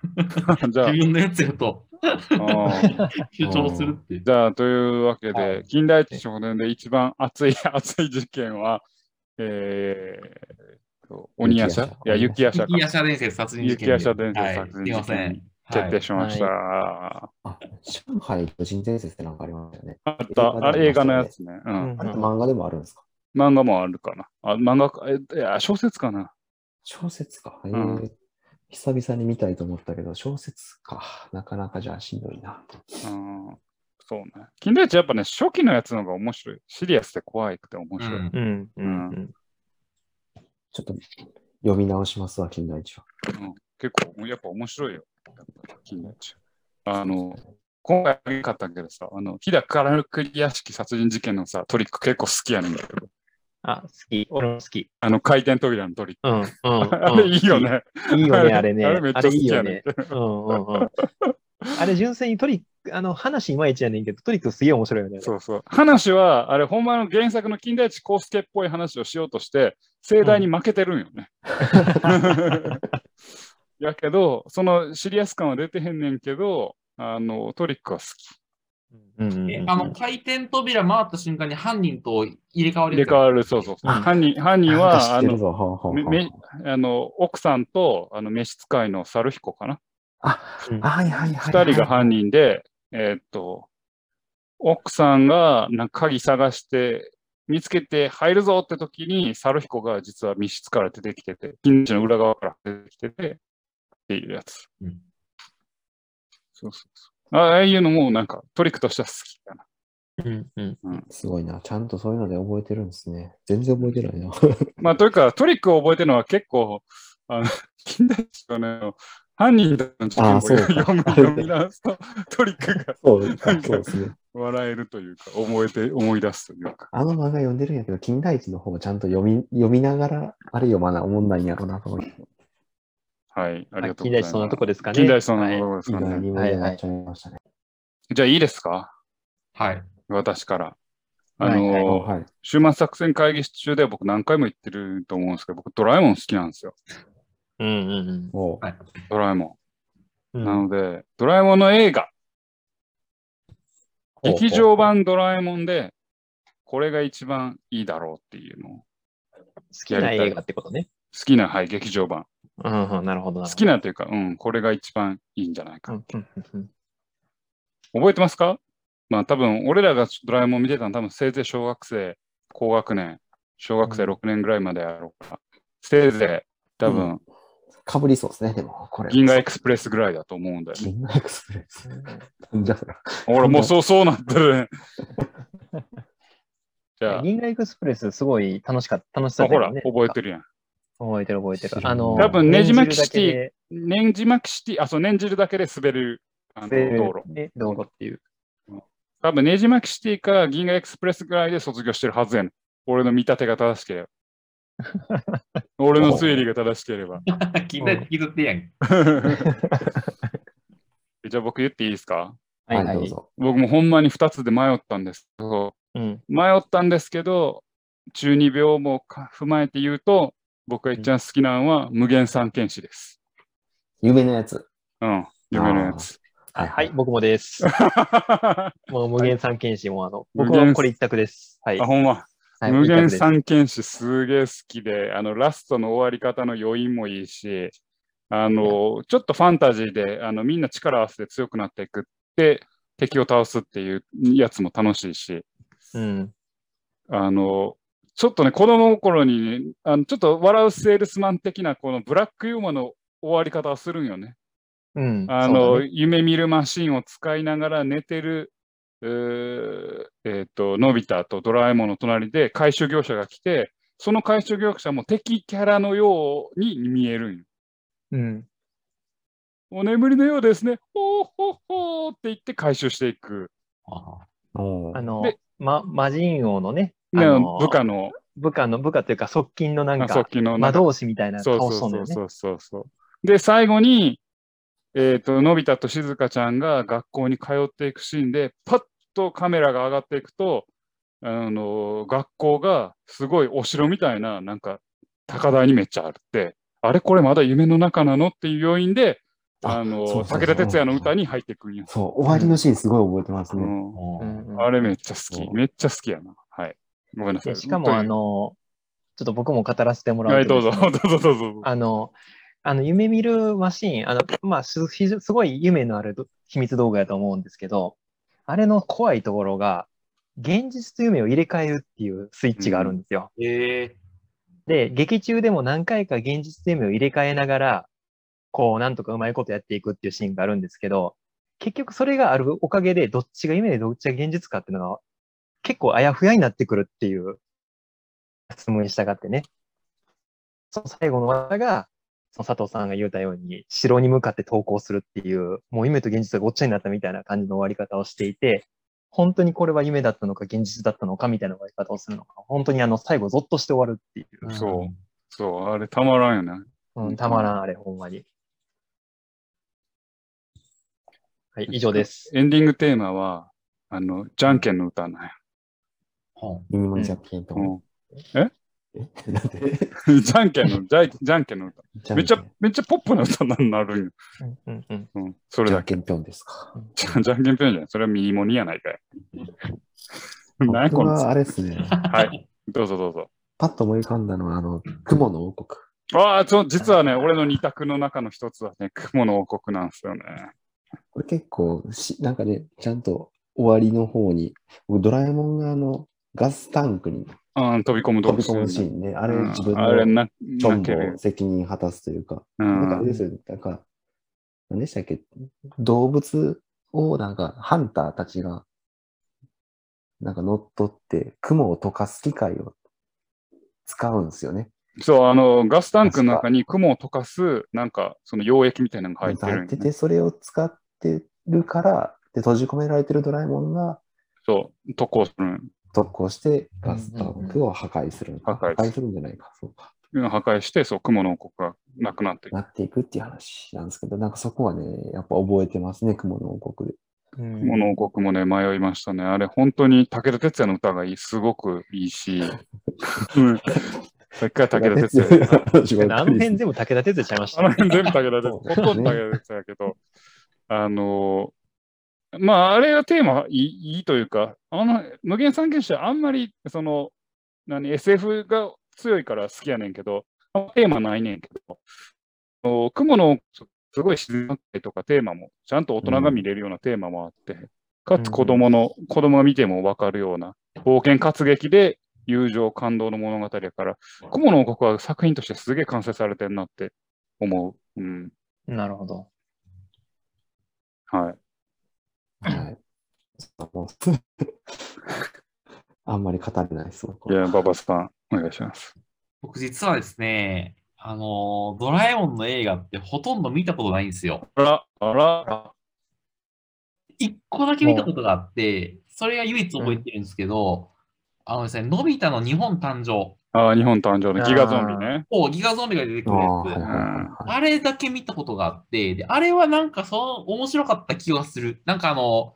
Speaker 1: じゃあ
Speaker 2: 自分のやつやと
Speaker 1: あー、
Speaker 2: 主張するって。
Speaker 1: じゃあ、というわけ
Speaker 2: は
Speaker 1: で、近代一少年で一番熱い、 熱い事件は、えーと、鬼夜叉いや、雪夜叉か
Speaker 2: 雪。夜叉伝説殺人事
Speaker 1: 雪
Speaker 2: 件で。
Speaker 1: 夜叉伝説
Speaker 2: はい。す
Speaker 1: 殺
Speaker 2: み
Speaker 1: 人
Speaker 2: ま
Speaker 1: 事
Speaker 2: せ
Speaker 1: 件に
Speaker 2: ん。
Speaker 1: 決定しました。
Speaker 4: あ、上海巨人伝説ってなんかありましたよね。
Speaker 1: あった、あれ映画のやつね。う
Speaker 3: うんん
Speaker 4: あと漫画でもあるんですか
Speaker 1: 漫画もあるかな。あ漫画か、えいや、小説かな。
Speaker 4: 小説か。え
Speaker 1: ん
Speaker 4: ー久々に見たいと思ったけど、小説か。なかなかじゃあしんどいな。
Speaker 1: うん、そうね。金田一やっぱね、初期のやつの方が面白い。シリアスで怖いくて面
Speaker 2: う
Speaker 1: 白い。
Speaker 2: ん
Speaker 3: うん。うん。うん
Speaker 4: ちょっと読み直しますわ、金田一は。
Speaker 1: 結構、やっぱ面白いよ。やっぱ金田一。あの、今回あげんかったけどさ、あの、日高からくり屋敷殺人事件のさ、トリック結構好きやねんだけど、
Speaker 3: あ、好き。俺も好き。
Speaker 1: あの回転扉のトリック。
Speaker 3: うん。う ん。
Speaker 1: あれいいよね。
Speaker 3: うん。いいよね、あれ ね。
Speaker 1: あれめっちゃ
Speaker 3: あ
Speaker 1: 好
Speaker 3: れいい
Speaker 1: きや
Speaker 3: よ
Speaker 1: ねん
Speaker 3: ね。うんうんうん。あれ純粋にトリック、あの、話いまいちやねんけど、トリックすげえ面白いよね。
Speaker 1: そうそう。話は、あれ、ほんまの原作の金田一耕助っぽい話をしようとして、盛大に負けてるんよね。 やけど、そのシリアス感は出てへんねんけど、あのトリックは好き。
Speaker 3: うんうんうん
Speaker 2: えあの、回転扉回った瞬間に犯人と入れ替わ
Speaker 1: 入
Speaker 2: り
Speaker 1: れ
Speaker 2: です
Speaker 1: 替
Speaker 2: よ
Speaker 1: わる、そうそうそう。
Speaker 3: うん
Speaker 1: 犯人犯人
Speaker 4: なんか
Speaker 1: は
Speaker 4: 知っ
Speaker 1: あ
Speaker 4: てる
Speaker 1: の
Speaker 4: ぞ、ほうほうほう
Speaker 1: めめあの奥さんとあの召使いの猿彦かな。
Speaker 4: あ、
Speaker 3: うん
Speaker 4: はいはいはい、は
Speaker 1: 2
Speaker 4: い。
Speaker 1: 人が犯人で、えーっと、奥さんがなんか鍵探して、見つけて入るぞって時に、猿彦が実は密室から出てきてて、近所の裏側から出てきてて、っていうやつ。
Speaker 2: うん
Speaker 1: そうそうそう。ああいうのもなんかトリックとしては好きだな。
Speaker 3: うんうん。
Speaker 4: すごいな。ちゃんとそういうので覚えてるんですね。全然覚えてない な。
Speaker 1: まあというか、トリックを覚えてるのは結構、あの、 近代史のね、犯人たちの事件
Speaker 4: あ
Speaker 1: を
Speaker 4: ーそうか
Speaker 1: 読む読み直すとトリックが
Speaker 4: そうそうですね。
Speaker 1: 笑えるというか、思えて、思い出すというか。
Speaker 4: あの漫画読んでるんやけど、金田一の方をちゃんと読み読みながら、あれ読まな、思んないんやろうなと思って、
Speaker 1: はい、ありがとうございます。
Speaker 3: 金田一そんなとこですかね。
Speaker 1: 近代史そんなとこです
Speaker 4: 意
Speaker 1: か
Speaker 4: 外
Speaker 1: ね。
Speaker 4: にもやっちゃいましたね。
Speaker 1: じゃあいいですか
Speaker 2: はい。 私
Speaker 1: 私から。あのー
Speaker 3: はい
Speaker 4: あはい。
Speaker 1: 週末作戦会議室中では僕何回も言ってると思うんですけど、僕ドラえもん好きなんですよ。
Speaker 3: うんうん
Speaker 4: おう
Speaker 2: はい
Speaker 1: ドラえも。
Speaker 3: うんん。
Speaker 1: なので、ドラえもんの映画、劇場版ドラえもんで、これが一番いいだろうっていうのを、
Speaker 3: 好きな映画ってことね。
Speaker 1: 好きな、はい、劇場版。
Speaker 3: うんうん、なるほど。
Speaker 1: 好
Speaker 3: 好
Speaker 1: きなというか、うん、これが一番いいんじゃないか。
Speaker 3: うんうんうん
Speaker 1: 覚えてますかまあ多分、俺らがドラえもん見てたの多分、せいぜい小学生、高学年、小学生
Speaker 3: うん
Speaker 1: 6年ぐらいまでやろうから、せいぜい多分、
Speaker 4: かぶりそうですね、でも、これ。
Speaker 1: 銀河エクスプレスぐらいだと思うんだよね。
Speaker 4: 銀河エクスプレス。なん じゃそら。
Speaker 1: ほら、もうそうそうなってるね。じゃあ、
Speaker 3: 銀河エクスプレス、すごい楽しかった。楽し
Speaker 1: あ
Speaker 3: そう
Speaker 1: ほ
Speaker 3: だ
Speaker 1: ら
Speaker 3: よ、ね。
Speaker 1: 覚えてるやん。
Speaker 3: 覚えてる覚えて
Speaker 4: 知
Speaker 3: る。
Speaker 4: らん
Speaker 3: あの、
Speaker 1: 多分ねじ巻きシティ
Speaker 3: 演じる
Speaker 1: 念じまきシティ、あ、そう、念じるだけで滑るあの
Speaker 3: だけで
Speaker 1: 道路。
Speaker 3: ね、道路っていう。
Speaker 1: 多分ねじ巻きシティか銀河エクスプレスぐらいで卒業してるはずやねん。俺の見立てが正しければ。俺の推理が正しければ。
Speaker 2: 聞いたら引きずってやん。
Speaker 1: じゃあ僕言っていいですか
Speaker 3: はいは
Speaker 4: どう
Speaker 3: い。
Speaker 4: ぞ。
Speaker 1: 僕もほんまに2つで迷ったんですけど、
Speaker 3: うん。
Speaker 1: 迷ったんですけど、中二病もか踏まえて言うと、僕が一番好きなのは無限三剣士です。
Speaker 4: 夢のやつ。
Speaker 1: うん、夢のやつ。
Speaker 4: はい
Speaker 3: はい、僕も です。
Speaker 1: あ、
Speaker 3: もう無限三剣士もあの、
Speaker 1: 無限
Speaker 3: 僕はこれ一択です。はい。
Speaker 1: ほんま。
Speaker 3: はい
Speaker 1: 無限。
Speaker 3: これ一択
Speaker 1: 三剣士すげえ好きで、あの、ラストの終わり方の余韻もいいし、あの、ちょっとファンタジーで、あの、みんな力を合わせて強くなっていくって、敵を倒すっていうやつも楽しいし、
Speaker 3: ですうん。
Speaker 1: あの、ちょっとね、子供心に、ね、あのちょっと笑うセールスマン的な、このブラックユーモアの終わり方をするんよね。
Speaker 3: うん。
Speaker 1: あ
Speaker 3: そう
Speaker 1: の、
Speaker 3: だね
Speaker 1: 夢見るマシンを使いながら寝てる、うーえっ、と、のび太とドラえもんの隣で回収業者が来て、その回収業者も敵キャラのように見えるんよ。
Speaker 3: うん。
Speaker 1: お眠りのようですね。ほーほーほーって言って回収していく。
Speaker 2: あ
Speaker 4: お
Speaker 3: あ
Speaker 4: ー
Speaker 3: の
Speaker 1: で、
Speaker 3: ま、魔人王のね、あ
Speaker 1: ね
Speaker 3: の
Speaker 1: 部下の、
Speaker 3: 部下の部下というか、側近のなん
Speaker 1: あ側
Speaker 3: か、
Speaker 1: 近の
Speaker 3: 魔
Speaker 1: なんか
Speaker 3: 導士みたいな
Speaker 1: そう
Speaker 3: 顔
Speaker 1: そ
Speaker 3: しと
Speaker 1: うんそ
Speaker 3: だよ
Speaker 1: う
Speaker 3: ね。
Speaker 1: そうそうそう。で、最後に、えっ、と、のび太と静香ちゃんが学校に通っていくシーンで、パッとカメラが上がっていくと、あの、学校がすごいお城みたいな、なんか、高台にめっちゃあるって、あれこれまだ夢の中なのっていう要因で、あの、
Speaker 4: そうそうそう
Speaker 1: 武田鉄矢の歌に入ってくるんよ。
Speaker 4: そう、終わりのシーンすごい覚えてます
Speaker 1: う
Speaker 4: ね。
Speaker 1: ん
Speaker 3: うんうん
Speaker 1: あれめっちゃ好
Speaker 4: う
Speaker 1: き。
Speaker 4: ん
Speaker 1: めっちゃ好きやな。はい。ごめんなさ
Speaker 3: で
Speaker 1: い。
Speaker 3: しかも、あ
Speaker 1: 本
Speaker 3: の、ちょっと僕も語らせても
Speaker 1: 当に
Speaker 3: ら
Speaker 1: は
Speaker 3: う
Speaker 1: い、
Speaker 3: と
Speaker 1: ど
Speaker 3: で
Speaker 1: う
Speaker 3: す
Speaker 1: ぞ、 どうぞ、
Speaker 3: ね、
Speaker 1: どうぞどうぞ。
Speaker 3: あの、あの夢見るマシーン、あの、まあ、す非常すごい夢のある秘密道具やと思うんですけど、あれの怖いところが、現実と夢を入れ替えるっていうスイッチがあるんですよ。
Speaker 2: ーえ
Speaker 3: で、劇中でも何回か現実と夢を入れ替えながら、こう、なんとかうまいことやっていくっていうシーンがあるんですけど、結局それがあるおかげで、どっちが夢でどっちが現実かっていうのが、結構あやふやになってくるっていう質問に従ってね。その最後の技が、その佐藤さんが言うたように、城に向かって投降するっていう、もう夢と現実がごっちゃになったみたいな感じの終わり方をしていて、本当にこれは夢だったのか現実だったのかみたいな終わり方をするのか、本当にあの最後ゾッとして終わるっていう。
Speaker 2: ー
Speaker 1: そうそう、あれたまらんよね。
Speaker 3: うん、たまらん、あれ、ほんまに。はい、以上です。
Speaker 1: エンディングテーマは、あの、じゃんけんの歌なんや。
Speaker 2: ほ
Speaker 4: 夢のジャッキンと。えなんで
Speaker 1: うん じゃんけんの、じゃいじゃんけんの歌。
Speaker 4: じゃんけん
Speaker 1: めっちゃ、めっちゃポップな歌になるんよ。
Speaker 3: うんうんうん
Speaker 1: うん、それ
Speaker 4: じゃ
Speaker 1: だ
Speaker 4: ん
Speaker 1: け。
Speaker 4: けんぴょんですか。
Speaker 1: じ ゃんじゃんけんぴょんじゃない。それはミニモニやないかい。何やこ
Speaker 4: 僕
Speaker 1: の
Speaker 4: は
Speaker 1: 歌
Speaker 4: あれですね。
Speaker 1: はい。どうぞどうぞ。
Speaker 4: パッと思い浮かんだのは、あの、雲の王国。
Speaker 1: ああ、そう、実はね、俺の二択の中の一つはね、雲の王国なんですよね。
Speaker 4: これ結構し、なんかね、ちゃんと終わりの方に、僕ドラえもんがあの、ガスタンクに
Speaker 1: うん、飛び込む動
Speaker 4: 飛
Speaker 1: 物
Speaker 4: び込むシーンね、あ
Speaker 1: あ
Speaker 4: れ自分
Speaker 1: あれ
Speaker 4: の
Speaker 1: な、
Speaker 4: ジョ
Speaker 1: な
Speaker 4: ン
Speaker 1: ける
Speaker 4: ボ。責任果たすというか、
Speaker 1: う
Speaker 4: なんかあれ
Speaker 1: ん。
Speaker 4: ですよね、なんか、何でしたっけ、動物をなんかハンターたちが、なんか乗っ取って、雲を溶かす機械を使うんですよね。
Speaker 1: そう、あの、ガスタンクの中に雲を溶かす、なんか、その溶液みたいなのが入ってるんよ
Speaker 4: 入
Speaker 1: ね
Speaker 4: ってて、それを使ってるから、で、閉じ込められてるドラえもんが、
Speaker 1: そう、渡航する。
Speaker 4: 特攻してガスタンクを破壊するのか。
Speaker 1: うんうんうん
Speaker 4: 破壊するんじゃないか。そうか。
Speaker 1: 破壊して、そう、雲の王国がなくなっていく。
Speaker 4: なっていくっていう話なんですけど、なんかそこはね、やっぱ覚えてますね、雲の王国で。
Speaker 3: うん
Speaker 1: 雲の王国もね、迷いましたね。あれ、本当に武田鉄矢の歌がいい、すごくいいし。うんさっきから武田鉄 矢。
Speaker 3: あ
Speaker 4: 話ばっか
Speaker 3: の
Speaker 4: りです
Speaker 3: 辺全部武田鉄矢ちゃいまし
Speaker 1: あ
Speaker 3: た
Speaker 1: の
Speaker 3: ね。
Speaker 1: 辺全部武田
Speaker 4: そ
Speaker 1: 鉄矢。
Speaker 4: うですね
Speaker 1: ほとんど武田鉄矢やけど、あのーまあ、あれがテーマいいいいというか、あの、無限三剣士はあんまり、その、何、SF が強いから好きやねんけど、あんまテーマないねんけど、あの雲のすごい自然だったりとかテーマも、ちゃんと大人が見れるようなテーマもあって、かつ子供の、子供が見ても分かるような、冒険活劇で友情、感動の物語やから、雲の王国は作品としてすげえ完成されてんなって思う。うん。
Speaker 3: なるほど。
Speaker 1: はい。
Speaker 4: はい もうあんまり語れないです、僕
Speaker 1: い
Speaker 4: は
Speaker 1: や、馬場さん、お願いします。
Speaker 2: 僕実はですね、あのードラえもんの映画ってほとんど見たことないんですよ。
Speaker 1: あら、あら、
Speaker 2: 一個だけ見たことがあって、それが唯一覚えてるんですけど、あのですね、のび太の日本誕生、
Speaker 1: ああ、日本誕生のギガゾンビね。
Speaker 2: こうギガゾンビが出て
Speaker 4: あ
Speaker 2: く
Speaker 4: ー
Speaker 2: るや
Speaker 4: はいはい
Speaker 2: つ。
Speaker 4: はいはい
Speaker 2: あれだけ見たことがあって、で、あれはなんかその面白かった気がする。なんかあの、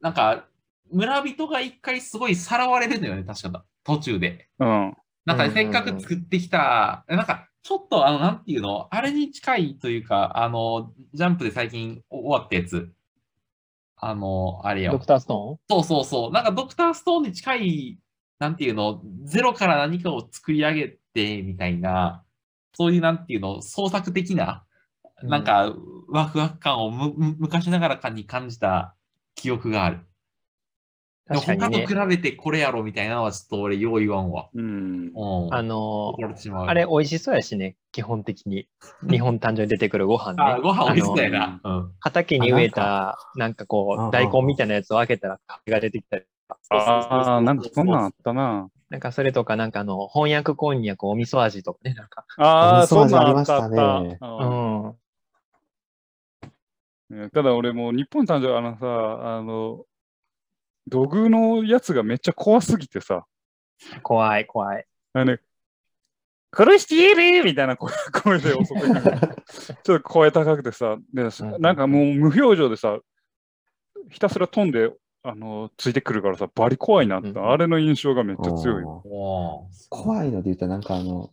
Speaker 2: なんか村人が一回すごいさらわれるのよね、確か途中で。
Speaker 1: うん。
Speaker 2: なんか
Speaker 4: うんうんう
Speaker 2: せっ
Speaker 4: ん
Speaker 2: かく作ってきた、なんかちょっとあの、なんていうの、あれに近いというか、あの、ジャンプで最近終わったやつ。あの、あれ
Speaker 3: ド
Speaker 2: よ
Speaker 3: ク。タースト
Speaker 2: そうそうそう。なんかドクターストーンに近い、なんていうの、ゼロから何かを作り上げて、みたいな、そういうなんていうの、創作的な、
Speaker 3: うん
Speaker 2: なんか、ワクワク感をむ、む昔ながらかに感じた記憶がある。
Speaker 3: ーン確かにね
Speaker 2: 他。と比べてこれやろみたいなのはちょっと俺、よう言わんわ。
Speaker 1: うん。
Speaker 2: うん。
Speaker 3: あの
Speaker 2: 怒られてしまう
Speaker 3: ー、あれ美味しそうやしね、基本的に。日本誕生に出てくるご飯
Speaker 2: あ
Speaker 3: ね。
Speaker 2: ご飯美味しそうやな。うん。
Speaker 3: 畑に植えた、なんか
Speaker 4: うんうん
Speaker 3: こ
Speaker 4: うん
Speaker 3: う、大根みたいなやつを開けたら、壁が出てきたり。
Speaker 1: ああ、なんかそんなんあったな。
Speaker 3: なんかそれとか、なんかあの、翻訳こんにゃくお味噌味とかね、なんか。
Speaker 1: ああ、そ
Speaker 4: そ
Speaker 1: ん
Speaker 4: ん
Speaker 1: なあっ
Speaker 4: なんんありましたた
Speaker 1: あっ
Speaker 4: ね
Speaker 1: た。
Speaker 3: う
Speaker 1: うん
Speaker 3: ん。は
Speaker 1: ただ俺もう日本誕生あのさ、あの、土偶のやつがめっちゃ怖すぎてさ、
Speaker 3: 怖い、怖い。
Speaker 1: あの、殺してやるみたいな声 声で襲ってくる。 ちょっと声高くてさ、で
Speaker 4: ん
Speaker 1: なんかもう無表情でさ、ひたすら飛んで、あの、ついてくるからさ、バリ怖いなって、
Speaker 3: うん
Speaker 1: あれの印象がめっちゃ強い。
Speaker 4: うん
Speaker 2: お
Speaker 4: 怖いので言ったらなんかあの、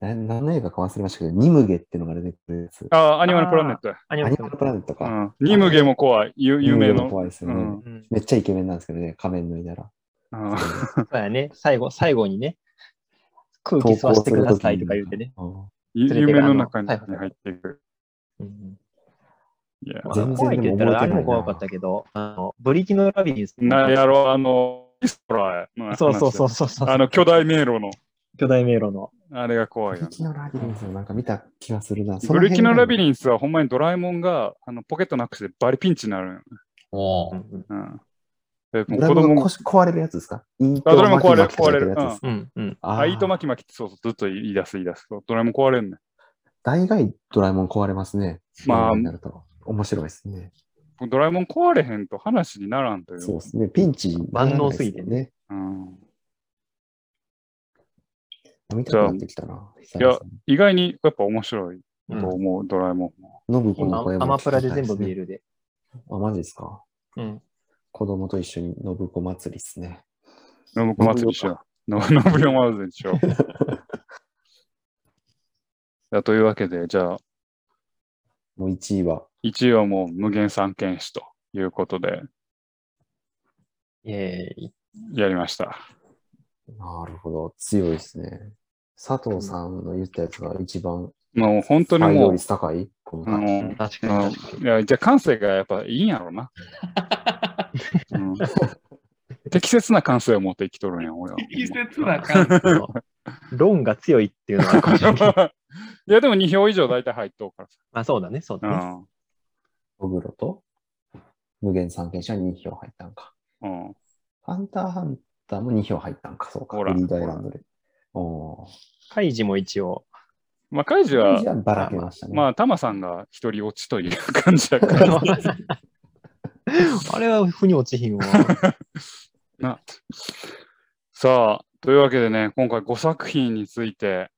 Speaker 4: な何の映画か忘れましたけど、ニムゲっていうのが出てくるやつ。
Speaker 1: ああ、アニマルプラネットや。
Speaker 3: アニ
Speaker 4: ア
Speaker 3: メ
Speaker 4: ニマルプラネット
Speaker 1: う
Speaker 4: か。
Speaker 1: ん。ニムゲも怖い。有有名
Speaker 4: ニムゲも
Speaker 1: の。
Speaker 4: 怖いですよね。
Speaker 1: うん
Speaker 3: うん。
Speaker 4: めっちゃイケメンなんですけどね、仮面脱いだら。
Speaker 1: うん
Speaker 3: そうやね。最後、最後にね、空気吸わせてくださいとか言うてね。
Speaker 4: うん。
Speaker 3: 連れて
Speaker 1: 夢
Speaker 3: く
Speaker 1: の中に
Speaker 3: あの逮捕された
Speaker 1: 入っていく。
Speaker 3: うん
Speaker 1: いや、
Speaker 4: ま全然
Speaker 3: 怖いって言った
Speaker 4: でも
Speaker 3: ら、あ
Speaker 4: 覚
Speaker 3: れ
Speaker 4: えてない
Speaker 3: も
Speaker 4: な
Speaker 3: 怖かったけど、あの、ブリキのラビリンス。
Speaker 1: なんやろ、あの、ピストラーの話
Speaker 3: そうそうそうそうそう。
Speaker 1: あの、巨大迷路の、
Speaker 3: 巨大迷路の。
Speaker 1: あれが怖
Speaker 4: ブ
Speaker 1: いよ
Speaker 4: リ
Speaker 1: ね。
Speaker 4: キのラビリンスもなんか見た気がするな。
Speaker 1: ブルキのラビ
Speaker 4: ン
Speaker 1: リンスはほんまにドラえもんがあのポケットなくしてバリピンチになるんよ。
Speaker 2: お
Speaker 3: うんうん
Speaker 1: うん。で
Speaker 4: ス
Speaker 1: もう
Speaker 4: ドラ
Speaker 1: 子
Speaker 4: えもん
Speaker 1: 供
Speaker 4: が
Speaker 1: が、
Speaker 4: 腰壊れるやつですかあ
Speaker 1: あドラえもん壊れる壊れる
Speaker 3: うんうん。
Speaker 1: あ、糸
Speaker 4: あー
Speaker 1: 巻き巻きってそうそう、ずっと言い出す言い出す。ドラえもん壊れんねん。
Speaker 4: 大概ドラえもん壊れますね。
Speaker 1: まあ
Speaker 4: 映画になると面白いですね。
Speaker 1: ドラえもん壊れへんと話にならんという。
Speaker 4: そうですね。ピンチにならない
Speaker 3: 万能
Speaker 4: です
Speaker 3: ぎて
Speaker 4: ね。
Speaker 1: うん、
Speaker 4: 見たくなってきたな。久
Speaker 1: いや
Speaker 4: 々に
Speaker 1: 意外にやっぱ面白いと
Speaker 3: うん
Speaker 1: 思う、ドラえもんも。
Speaker 4: ノブ君
Speaker 3: 今
Speaker 4: の声、も
Speaker 3: アマプラで全部見れ
Speaker 4: る。
Speaker 3: るで。
Speaker 4: あ、マジですか。
Speaker 3: うん。
Speaker 4: 子供と一緒に信子祭りですね。
Speaker 1: 信子祭りしよう。の信子祭りしよう。い やというわけで、じゃあ、
Speaker 4: もう1位は。
Speaker 1: 1位はもう無限三剣士ということで、
Speaker 3: ええ、
Speaker 1: やりました。
Speaker 4: なるほど。強いですね。佐藤さんの言ったやつが一番
Speaker 1: もう本当に
Speaker 4: 配
Speaker 1: も
Speaker 4: 合
Speaker 1: う、
Speaker 4: 率高い今
Speaker 1: あ
Speaker 4: 回
Speaker 1: の
Speaker 3: 確
Speaker 1: あ
Speaker 3: か
Speaker 1: の
Speaker 3: に確か
Speaker 1: いやじゃあ感性がやっぱいいんやろう な。うん適切な感性を持って生きとるんや、俺は。
Speaker 2: 季節な感じ。
Speaker 3: に。論が強いっていうのは個人 的に、
Speaker 1: いや、でも2票以上大体入っとうか
Speaker 3: まあそうだね、そうだね。
Speaker 1: らさ。
Speaker 4: 小黒と無限三権者に2票入ったんか。
Speaker 1: うん。うん。
Speaker 4: ハンターハンターも2票入ったんか。そうか。
Speaker 1: ほら
Speaker 4: リードアイランドで。おー。
Speaker 3: カイジも一応、
Speaker 1: まあ、カイジは
Speaker 4: じ、ゃあばらけましたね。
Speaker 1: まあ、タマさんが一人落ちという感じやから。
Speaker 3: あれは腑に落ちひ んわ。
Speaker 1: なさあ、というわけでね、今回5作品について、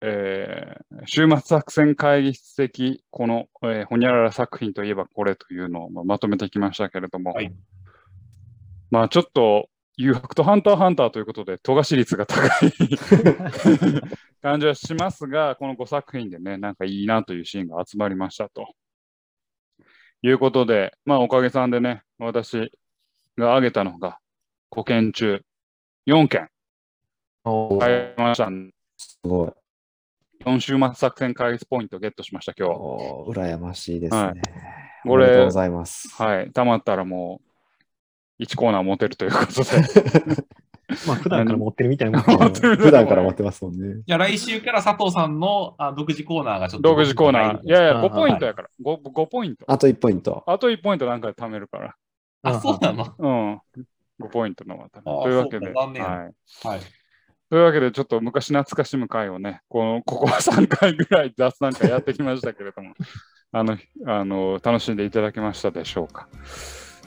Speaker 1: えー週末作戦会議室的、この、えーほにゃらら作品といえばこれというのをまあまとめてきましたけれども、
Speaker 2: はい
Speaker 1: まあちょっと、誘白とハンターハンターということで、富樫率が高 い感じはしますが、この5作品でね、なんかいいなというシーンが集まりましたと。いうことで、まあおかげさんでね、私が挙げたのが、5件中4件
Speaker 3: お
Speaker 1: 買いましたんで、
Speaker 4: すごい。
Speaker 1: 4週末作戦会議ポイントゲットしました、今日。
Speaker 4: おー羨ましいですね。
Speaker 1: はい
Speaker 4: おめでとう
Speaker 1: 俺
Speaker 4: ご、ざいます。
Speaker 1: はい、たまったらもう1コーナー持てるということで、
Speaker 3: まあ普段から持ってるみたいなもん
Speaker 4: う
Speaker 3: やな。
Speaker 4: ん 普段から持ってますもんね。
Speaker 2: じゃあ来週から佐藤さんのあ独自コーナーがちょっと。
Speaker 1: 独自コーナー。いやいや、
Speaker 3: はい
Speaker 1: 5ポイントやから、5, 5ポイント。
Speaker 4: あと1ポイント。
Speaker 1: あと1ポイントなんかで貯めるから、
Speaker 2: あ、そうなのは
Speaker 1: うん、5ポイントのまたね、
Speaker 2: ああ
Speaker 1: というわけで、
Speaker 2: そうか残念
Speaker 1: はい。
Speaker 2: い。
Speaker 1: というわけで、ちょっと昔懐かしむ回をね、この ここ3回ぐらい雑談会 やってきましたけれども、あの、あの楽しんでいただけましたでしょうか。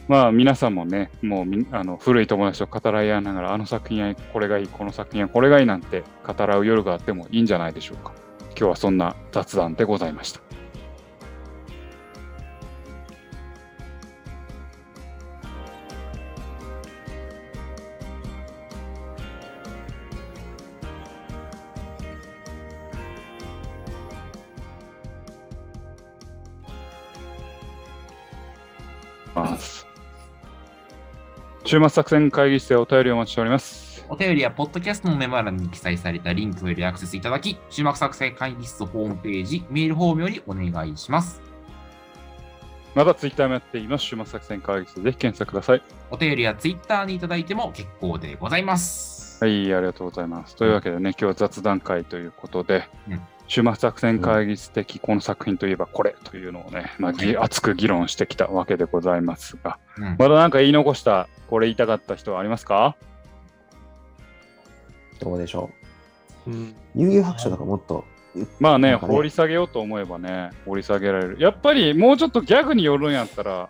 Speaker 1: まあ皆さんもね、もうみあの古い友達と語らい合いながら、あの作品はこれがいい、この作品はこれがいいなんて語らう夜があってもいいんじゃないでしょうか。今日はそんな雑談でございました。ます。週末作戦会議室でお便りをお待ちしております。
Speaker 2: お便りは、ポッドキャストのメモ欄に記載されたリンクよりアクセスいただき、週末作戦会議室ホームページ、メールフォームよりお願いします。
Speaker 1: またツイッターもやっています。週末作戦会議室でぜひ検索ください。
Speaker 2: お便りはツイッターにいただいても結構でございます。
Speaker 1: はい、ありがとうございます。というわけでね、今日は雑談会ということで、
Speaker 2: うん
Speaker 1: 週末作戦会議室的この作品といえばこれというのをね、まあ、ぎ熱く議論してきたわけでございますが、
Speaker 2: うん
Speaker 1: まだなんか言い残した、これ言いたかった人はありますか
Speaker 4: どうでしょ
Speaker 3: うん
Speaker 4: う。悠々白書とかもっと、
Speaker 1: まあね、
Speaker 4: なんかね
Speaker 1: 掘り下げようと思えばね、掘り下げられる。やっぱりもうちょっとギャグによるんやったら、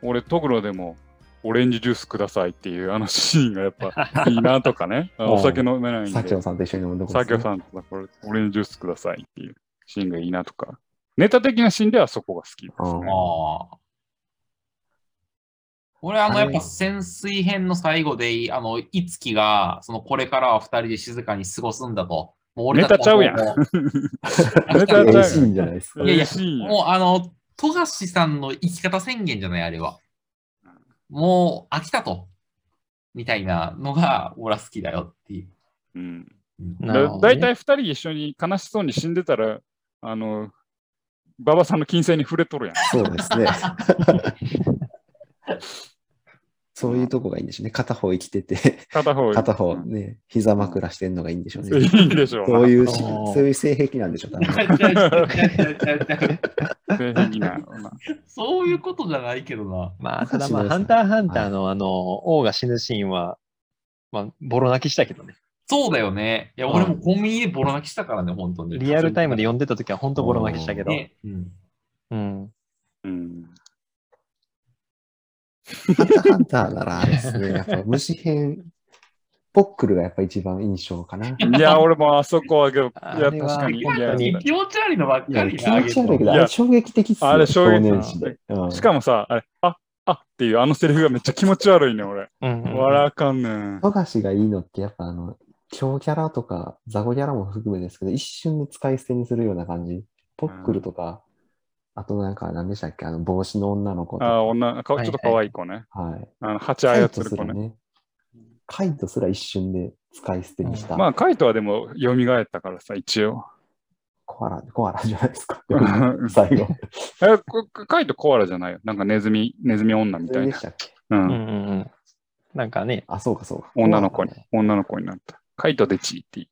Speaker 1: 俺、トグロでもオレンジジュースくださいっていうあのシーンがやっぱいいなとか ね、あ
Speaker 4: うん
Speaker 1: お酒飲めないん
Speaker 4: サ
Speaker 1: で
Speaker 4: チ、ョウさんと一緒に飲むとこ
Speaker 1: サキョ
Speaker 4: ん。
Speaker 1: さんとかこれオレンジジュースくださいっていうシーンがいいなとか、ネタ的なシーンではそこが好きです
Speaker 4: うん
Speaker 1: ね。
Speaker 2: ああ。俺、あの、
Speaker 4: はい
Speaker 2: やっぱ潜水編の最後で、あの、いつきが、その、これからは二人で静かに過ごすんだと。もう俺たちはもう
Speaker 1: ネタちゃうやネタちゃう
Speaker 4: え
Speaker 1: や
Speaker 4: え
Speaker 1: ん
Speaker 4: シーンじゃないですか。
Speaker 1: そう
Speaker 2: いやいや
Speaker 1: シーンや
Speaker 2: もう、あの、富樫さんの生き方宣言じゃない、あれは。もう、飽きたと。みたいなのが、俺は好きだよっていう。
Speaker 1: うん
Speaker 3: なる
Speaker 1: だ
Speaker 3: ほどね
Speaker 1: 大体2人一緒に悲しそうに死んでたら、あの、馬場さんの金星に触れとるやん。
Speaker 4: そうですね。 そういうとこがいいんでしょうね。片方生きてて、
Speaker 1: 片方。
Speaker 4: 片方
Speaker 1: うん
Speaker 4: ね、膝枕してんのがいいんでしょうね。
Speaker 1: いいんでしょうな。
Speaker 4: そういうし、
Speaker 3: あー
Speaker 4: そういう性癖なんでしょう、多分。
Speaker 1: 性癖なのな。
Speaker 2: そういうことじゃないけどな。
Speaker 3: まあ、ただまあ、
Speaker 4: 昔のやつ
Speaker 3: ハンターハンターのあの、王が死ぬシーンは、まあ、ボロ泣きしたけどね。
Speaker 2: そうだよね。いや、
Speaker 3: うん
Speaker 2: 俺もコンビニでボロ泣きしたからね、本当に。
Speaker 3: リアルタイムで読んでた時は本当ボロ泣きしたけど。
Speaker 2: ね。うん
Speaker 3: うん。
Speaker 1: うん。
Speaker 4: ハンターハンターならあれですね。やっぱ虫編、ポックルがやっぱ一番印象かな。
Speaker 1: いや、俺もあそこはけど、い
Speaker 3: あ
Speaker 1: や、
Speaker 3: れ
Speaker 1: 確
Speaker 3: は
Speaker 1: かに。い
Speaker 3: 本当
Speaker 1: や
Speaker 3: に
Speaker 2: 気持ち悪いのばっ
Speaker 4: い
Speaker 2: か
Speaker 4: や、
Speaker 2: り
Speaker 4: 気持ち悪いけど、
Speaker 1: い
Speaker 4: あ
Speaker 1: や
Speaker 4: れ衝撃的っすよ。
Speaker 1: あれ衝撃
Speaker 4: 少年誌で。うん
Speaker 1: しかもさ、あれ、ああっていうあのセリフがめっちゃ気持ち悪いね、俺。
Speaker 3: うん、うん。
Speaker 1: 笑あかんねん。
Speaker 4: 富樫がいいのって、やっぱあの、強キャラとか、ザゴキャラも含めですけど、一瞬で使い捨てにするような感じ。ポックルとか、あとなんか、何でしたっけ、あの、帽子の女の子と
Speaker 1: あ
Speaker 4: か。
Speaker 1: 女、かちょっと可愛い子ね。
Speaker 4: はい。
Speaker 1: あの、蜂
Speaker 4: カ
Speaker 1: 操
Speaker 4: イト
Speaker 1: る
Speaker 4: す
Speaker 1: 子
Speaker 4: ら
Speaker 1: ね。
Speaker 4: ね。カイトすら一瞬で使い捨てにした。
Speaker 1: まあ、カイトはでも、蘇ったからさ、一応。
Speaker 4: コアラ、コアラじゃないですか。
Speaker 1: うん
Speaker 4: 最後。
Speaker 1: え、こカイトコアラじゃないよ。なんかネズミ、ネズミ女み
Speaker 4: そ
Speaker 1: た
Speaker 4: れ
Speaker 1: い
Speaker 4: で
Speaker 1: な
Speaker 4: し。たっけ
Speaker 1: う
Speaker 3: うん
Speaker 1: ん。
Speaker 3: うんうん。なんかね、
Speaker 4: あ、そうかそうか。
Speaker 1: 女の子に
Speaker 4: コアラだね、
Speaker 1: 女の子になった。カイトでチーっていう。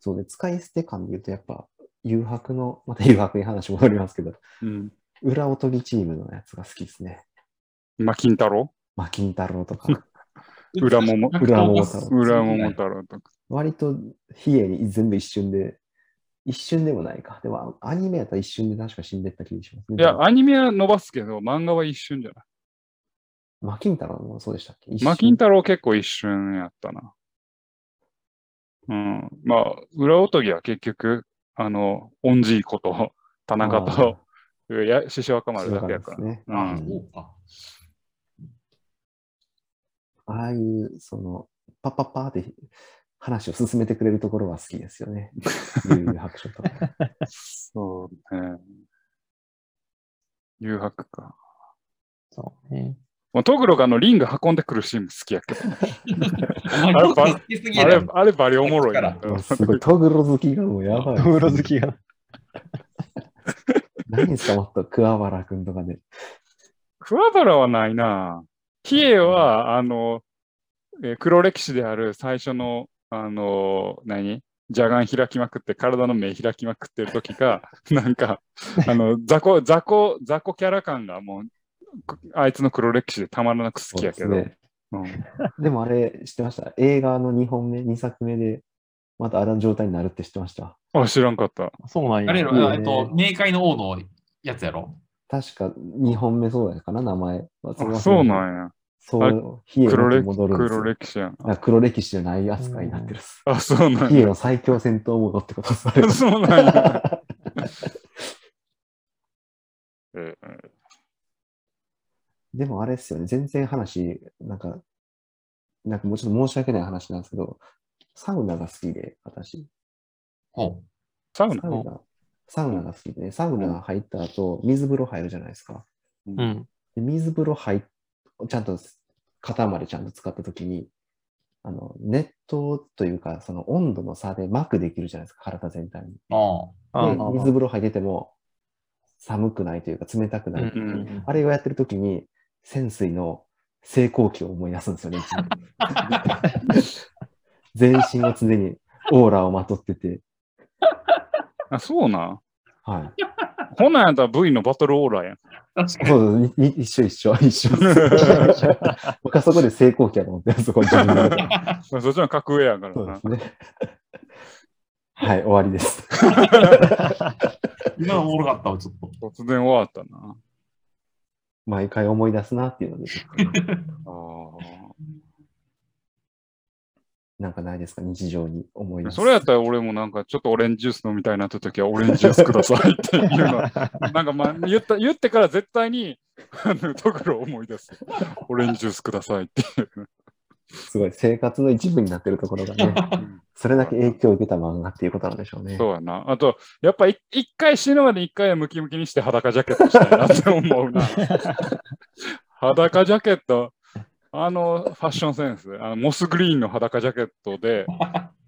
Speaker 4: そうね、使い捨て感で言うと、やっぱ、誘白の、また誘白に話戻りますけど、
Speaker 1: うん。
Speaker 4: 裏おとぎチームのやつが好きですね。
Speaker 1: まあ、金太郎
Speaker 4: まあ、金太郎とか、
Speaker 1: 裏も も
Speaker 4: 裏もも太郎
Speaker 1: 裏桃太郎とか。
Speaker 4: 割と、比叡に全部一瞬で、一瞬でもないか。でも、アニメやったら一瞬で確か死んでった気がしますね。
Speaker 1: いや、アニメは伸ばすけど、漫画は一瞬じゃない。
Speaker 4: マキンタロウもそうでしたっけ
Speaker 1: マキン
Speaker 4: タ
Speaker 1: 太郎結構一瞬やったな。うん。まあ、裏おとぎは結局、あの、恩じいこと、田中と、い や、獅子若丸だけやから。
Speaker 4: ね。
Speaker 1: う
Speaker 2: あ、そ
Speaker 1: ん。
Speaker 2: うか。
Speaker 4: ああいう、その、パッパッパーって話を進めてくれるところは好きですよ ね。悠々白書とか。
Speaker 1: そうね。誘白か。
Speaker 3: そうね。
Speaker 1: まあ、トグロがあのリング運んでくるシーンも好きやけど、あ
Speaker 2: あ
Speaker 1: れば
Speaker 2: 好きすぎ
Speaker 1: あれ
Speaker 2: る。、
Speaker 1: あれバリおもろいな。
Speaker 2: さっ
Speaker 1: うん
Speaker 4: すごい、トグロ好きがもうやばいですね、
Speaker 3: 風呂好きが。
Speaker 4: 何ですか、もっと、桑原くんとかね。
Speaker 1: 桑原はないな。比叡は、あの、えー黒歴史である最初の、あの、何邪眼開きまくって、体の目開きまくってる時が、なんか、 あの、雑魚、雑魚、雑魚キャラ感がもう、くあいつの黒歴史でたまらなく好きやけど。
Speaker 4: そううですね
Speaker 1: ん
Speaker 4: でもあれ、知ってました映画の2本目、2作目で、またあの状態になるって知ってました
Speaker 1: あ、知らんかった。
Speaker 3: そうなんや。
Speaker 2: あれや
Speaker 4: いい
Speaker 2: ろ、
Speaker 4: ね
Speaker 2: えっと、冥界の王のやつやろ。
Speaker 4: 確か2本目そうやから、名前。
Speaker 1: あそう
Speaker 4: や。
Speaker 1: なん
Speaker 4: そ
Speaker 1: あれ
Speaker 4: う、ヒエロ
Speaker 1: 黒
Speaker 4: に
Speaker 1: 歴
Speaker 4: 戻るんですよ
Speaker 1: 黒歴史やん。
Speaker 4: なんか黒歴史じゃない扱いになってるっす。
Speaker 1: あ、そうなん
Speaker 4: ヒエ
Speaker 1: や。
Speaker 4: ロ最強戦闘モードってことっす。あれ
Speaker 1: そうなん や。えー
Speaker 4: でもあれですよね、全然話、なんか、なんかもうちょっと申し訳ない話なんですけど、サウナが好きで、私。
Speaker 2: ほ
Speaker 1: サウ
Speaker 4: サ
Speaker 1: ナ
Speaker 4: ウナ、サウナが好きで、サウナ入った後、水風呂入るじゃないですか。
Speaker 3: うん。
Speaker 4: で水風呂入っ、ちゃんと肩までちゃんと使った時に、あの、熱湯というか、その温度の差で膜できるじゃないですか、体全体に。
Speaker 2: う。あ
Speaker 3: あ
Speaker 4: で
Speaker 3: ー
Speaker 4: 水風呂入ってても、寒くないというか、冷たくない。
Speaker 3: うんうん
Speaker 4: あれをやってる時に、潜水の成功期を思い出すんですよ ね。いつも全身が常にオーラをまとってて、
Speaker 1: あ、そうなん。
Speaker 4: は
Speaker 1: ほなんやったら V のバトルオーラやん。
Speaker 2: あ。確かに。
Speaker 4: い。そうそう、に一緒一緒、 一緒。僕はそこで成功期やと思ってます、そこ自分の中で。
Speaker 1: そっちの格上やから
Speaker 4: そう
Speaker 1: な
Speaker 4: で。すね。はい、終わりです。
Speaker 2: 今のおもろかったわ、ちょっと。
Speaker 1: 突然終わったな。
Speaker 4: 毎回思い出すなっていうので、
Speaker 1: あ
Speaker 4: なんかないですか、日常に思い出
Speaker 1: あ。
Speaker 4: す。
Speaker 1: それやったら俺もなんかちょっとオレンジジュース飲みたいなって時はオレンジジュースくださいっていう のはなんかまあ言った言ってから絶対にあのところを思い出す。オレンジジュースくださいっていう。
Speaker 4: すごい、生活の一部になってるところがね、 それだけ影響を受けた漫画っていうことなんでしょうね。
Speaker 1: そうやな。あと、やっぱい一回死ぬまで一回はムキムキにして裸ジャケットしたいなって思うな。裸ジャケット、あのファッションセンス、あのモスグリーンの裸ジャケットで、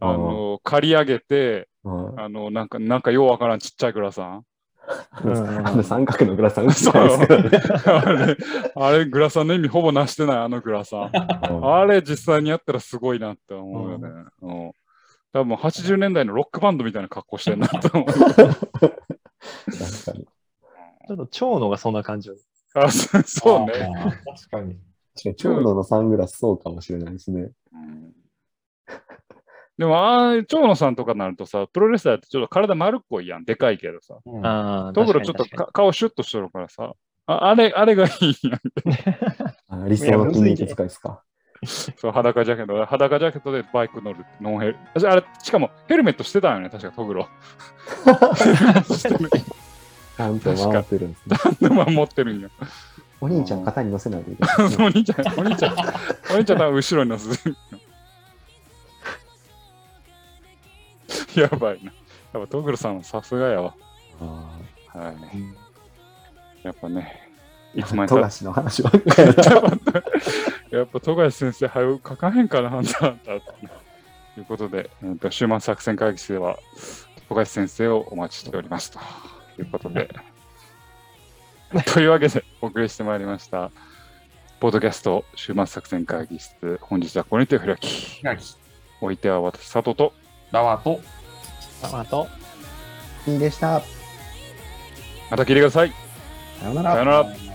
Speaker 1: あの刈り上げて、
Speaker 4: うん
Speaker 1: あのなんか、なんかようわからんちっちゃいグラサン。
Speaker 3: うん
Speaker 4: あの三角のグラサン打
Speaker 1: そう
Speaker 4: ちないですけどね。
Speaker 1: あれ、あれグラサンの意味ほぼなしてない、あのグラサン。あれ実際にやったらすごいなって思うよね。うん多分80年代のロックバンドみたいな格好してんなと思う。
Speaker 4: 確かに。
Speaker 3: ちょっと蝶野がそんな感じ。
Speaker 1: あそそうね。
Speaker 2: あー。確かに。
Speaker 4: 長野のサングラスそうかもしれないですね。
Speaker 1: うんでも、ああいう蝶野さんとかになるとさ、プロレスラーってちょっと体丸っこいやん、でかいけどさ。
Speaker 2: うん
Speaker 3: ああ、
Speaker 1: ところちょっ
Speaker 3: 確
Speaker 1: と
Speaker 3: かに
Speaker 1: か顔シュッとしてるからさ、ああれ、あれがいいやん。
Speaker 4: あ理想の筋肉使いですか。
Speaker 1: そう、裸ジャケット、裸ジャケットでバイク乗る、ノンヘル。私あれ、しかもヘルメットしてたよね、確か、トグロ。
Speaker 4: ちゃんと回ってるんですね。
Speaker 1: まあ持ってるんや。
Speaker 4: お兄ちゃん肩に乗せないといけないです
Speaker 1: お
Speaker 4: ね。
Speaker 1: 兄ちゃん、お兄ちゃん、お兄ちゃん多分後ろに乗せてるやばいな。やっぱトグロさんはさすがやわ。
Speaker 4: あ
Speaker 1: はい。
Speaker 4: ー
Speaker 1: やっぱね、いつまでた
Speaker 4: 富樫の話ばっかりやな
Speaker 1: やっぱ富樫先生、早く書かへんからなんだったということで、えー、と週末作戦会議室では、富樫先生をお待ちしておりますということで。というわけで、お送りしてまいりました。ポッドキャスト週末作戦会議室、本日はこれにて開き、
Speaker 2: 開き、
Speaker 1: お相手は私、佐藤と、
Speaker 2: ラワーと、
Speaker 3: ああと、
Speaker 4: いいでした。
Speaker 1: また聞いてください。
Speaker 4: さような
Speaker 1: さ
Speaker 4: ら
Speaker 1: よ。なら。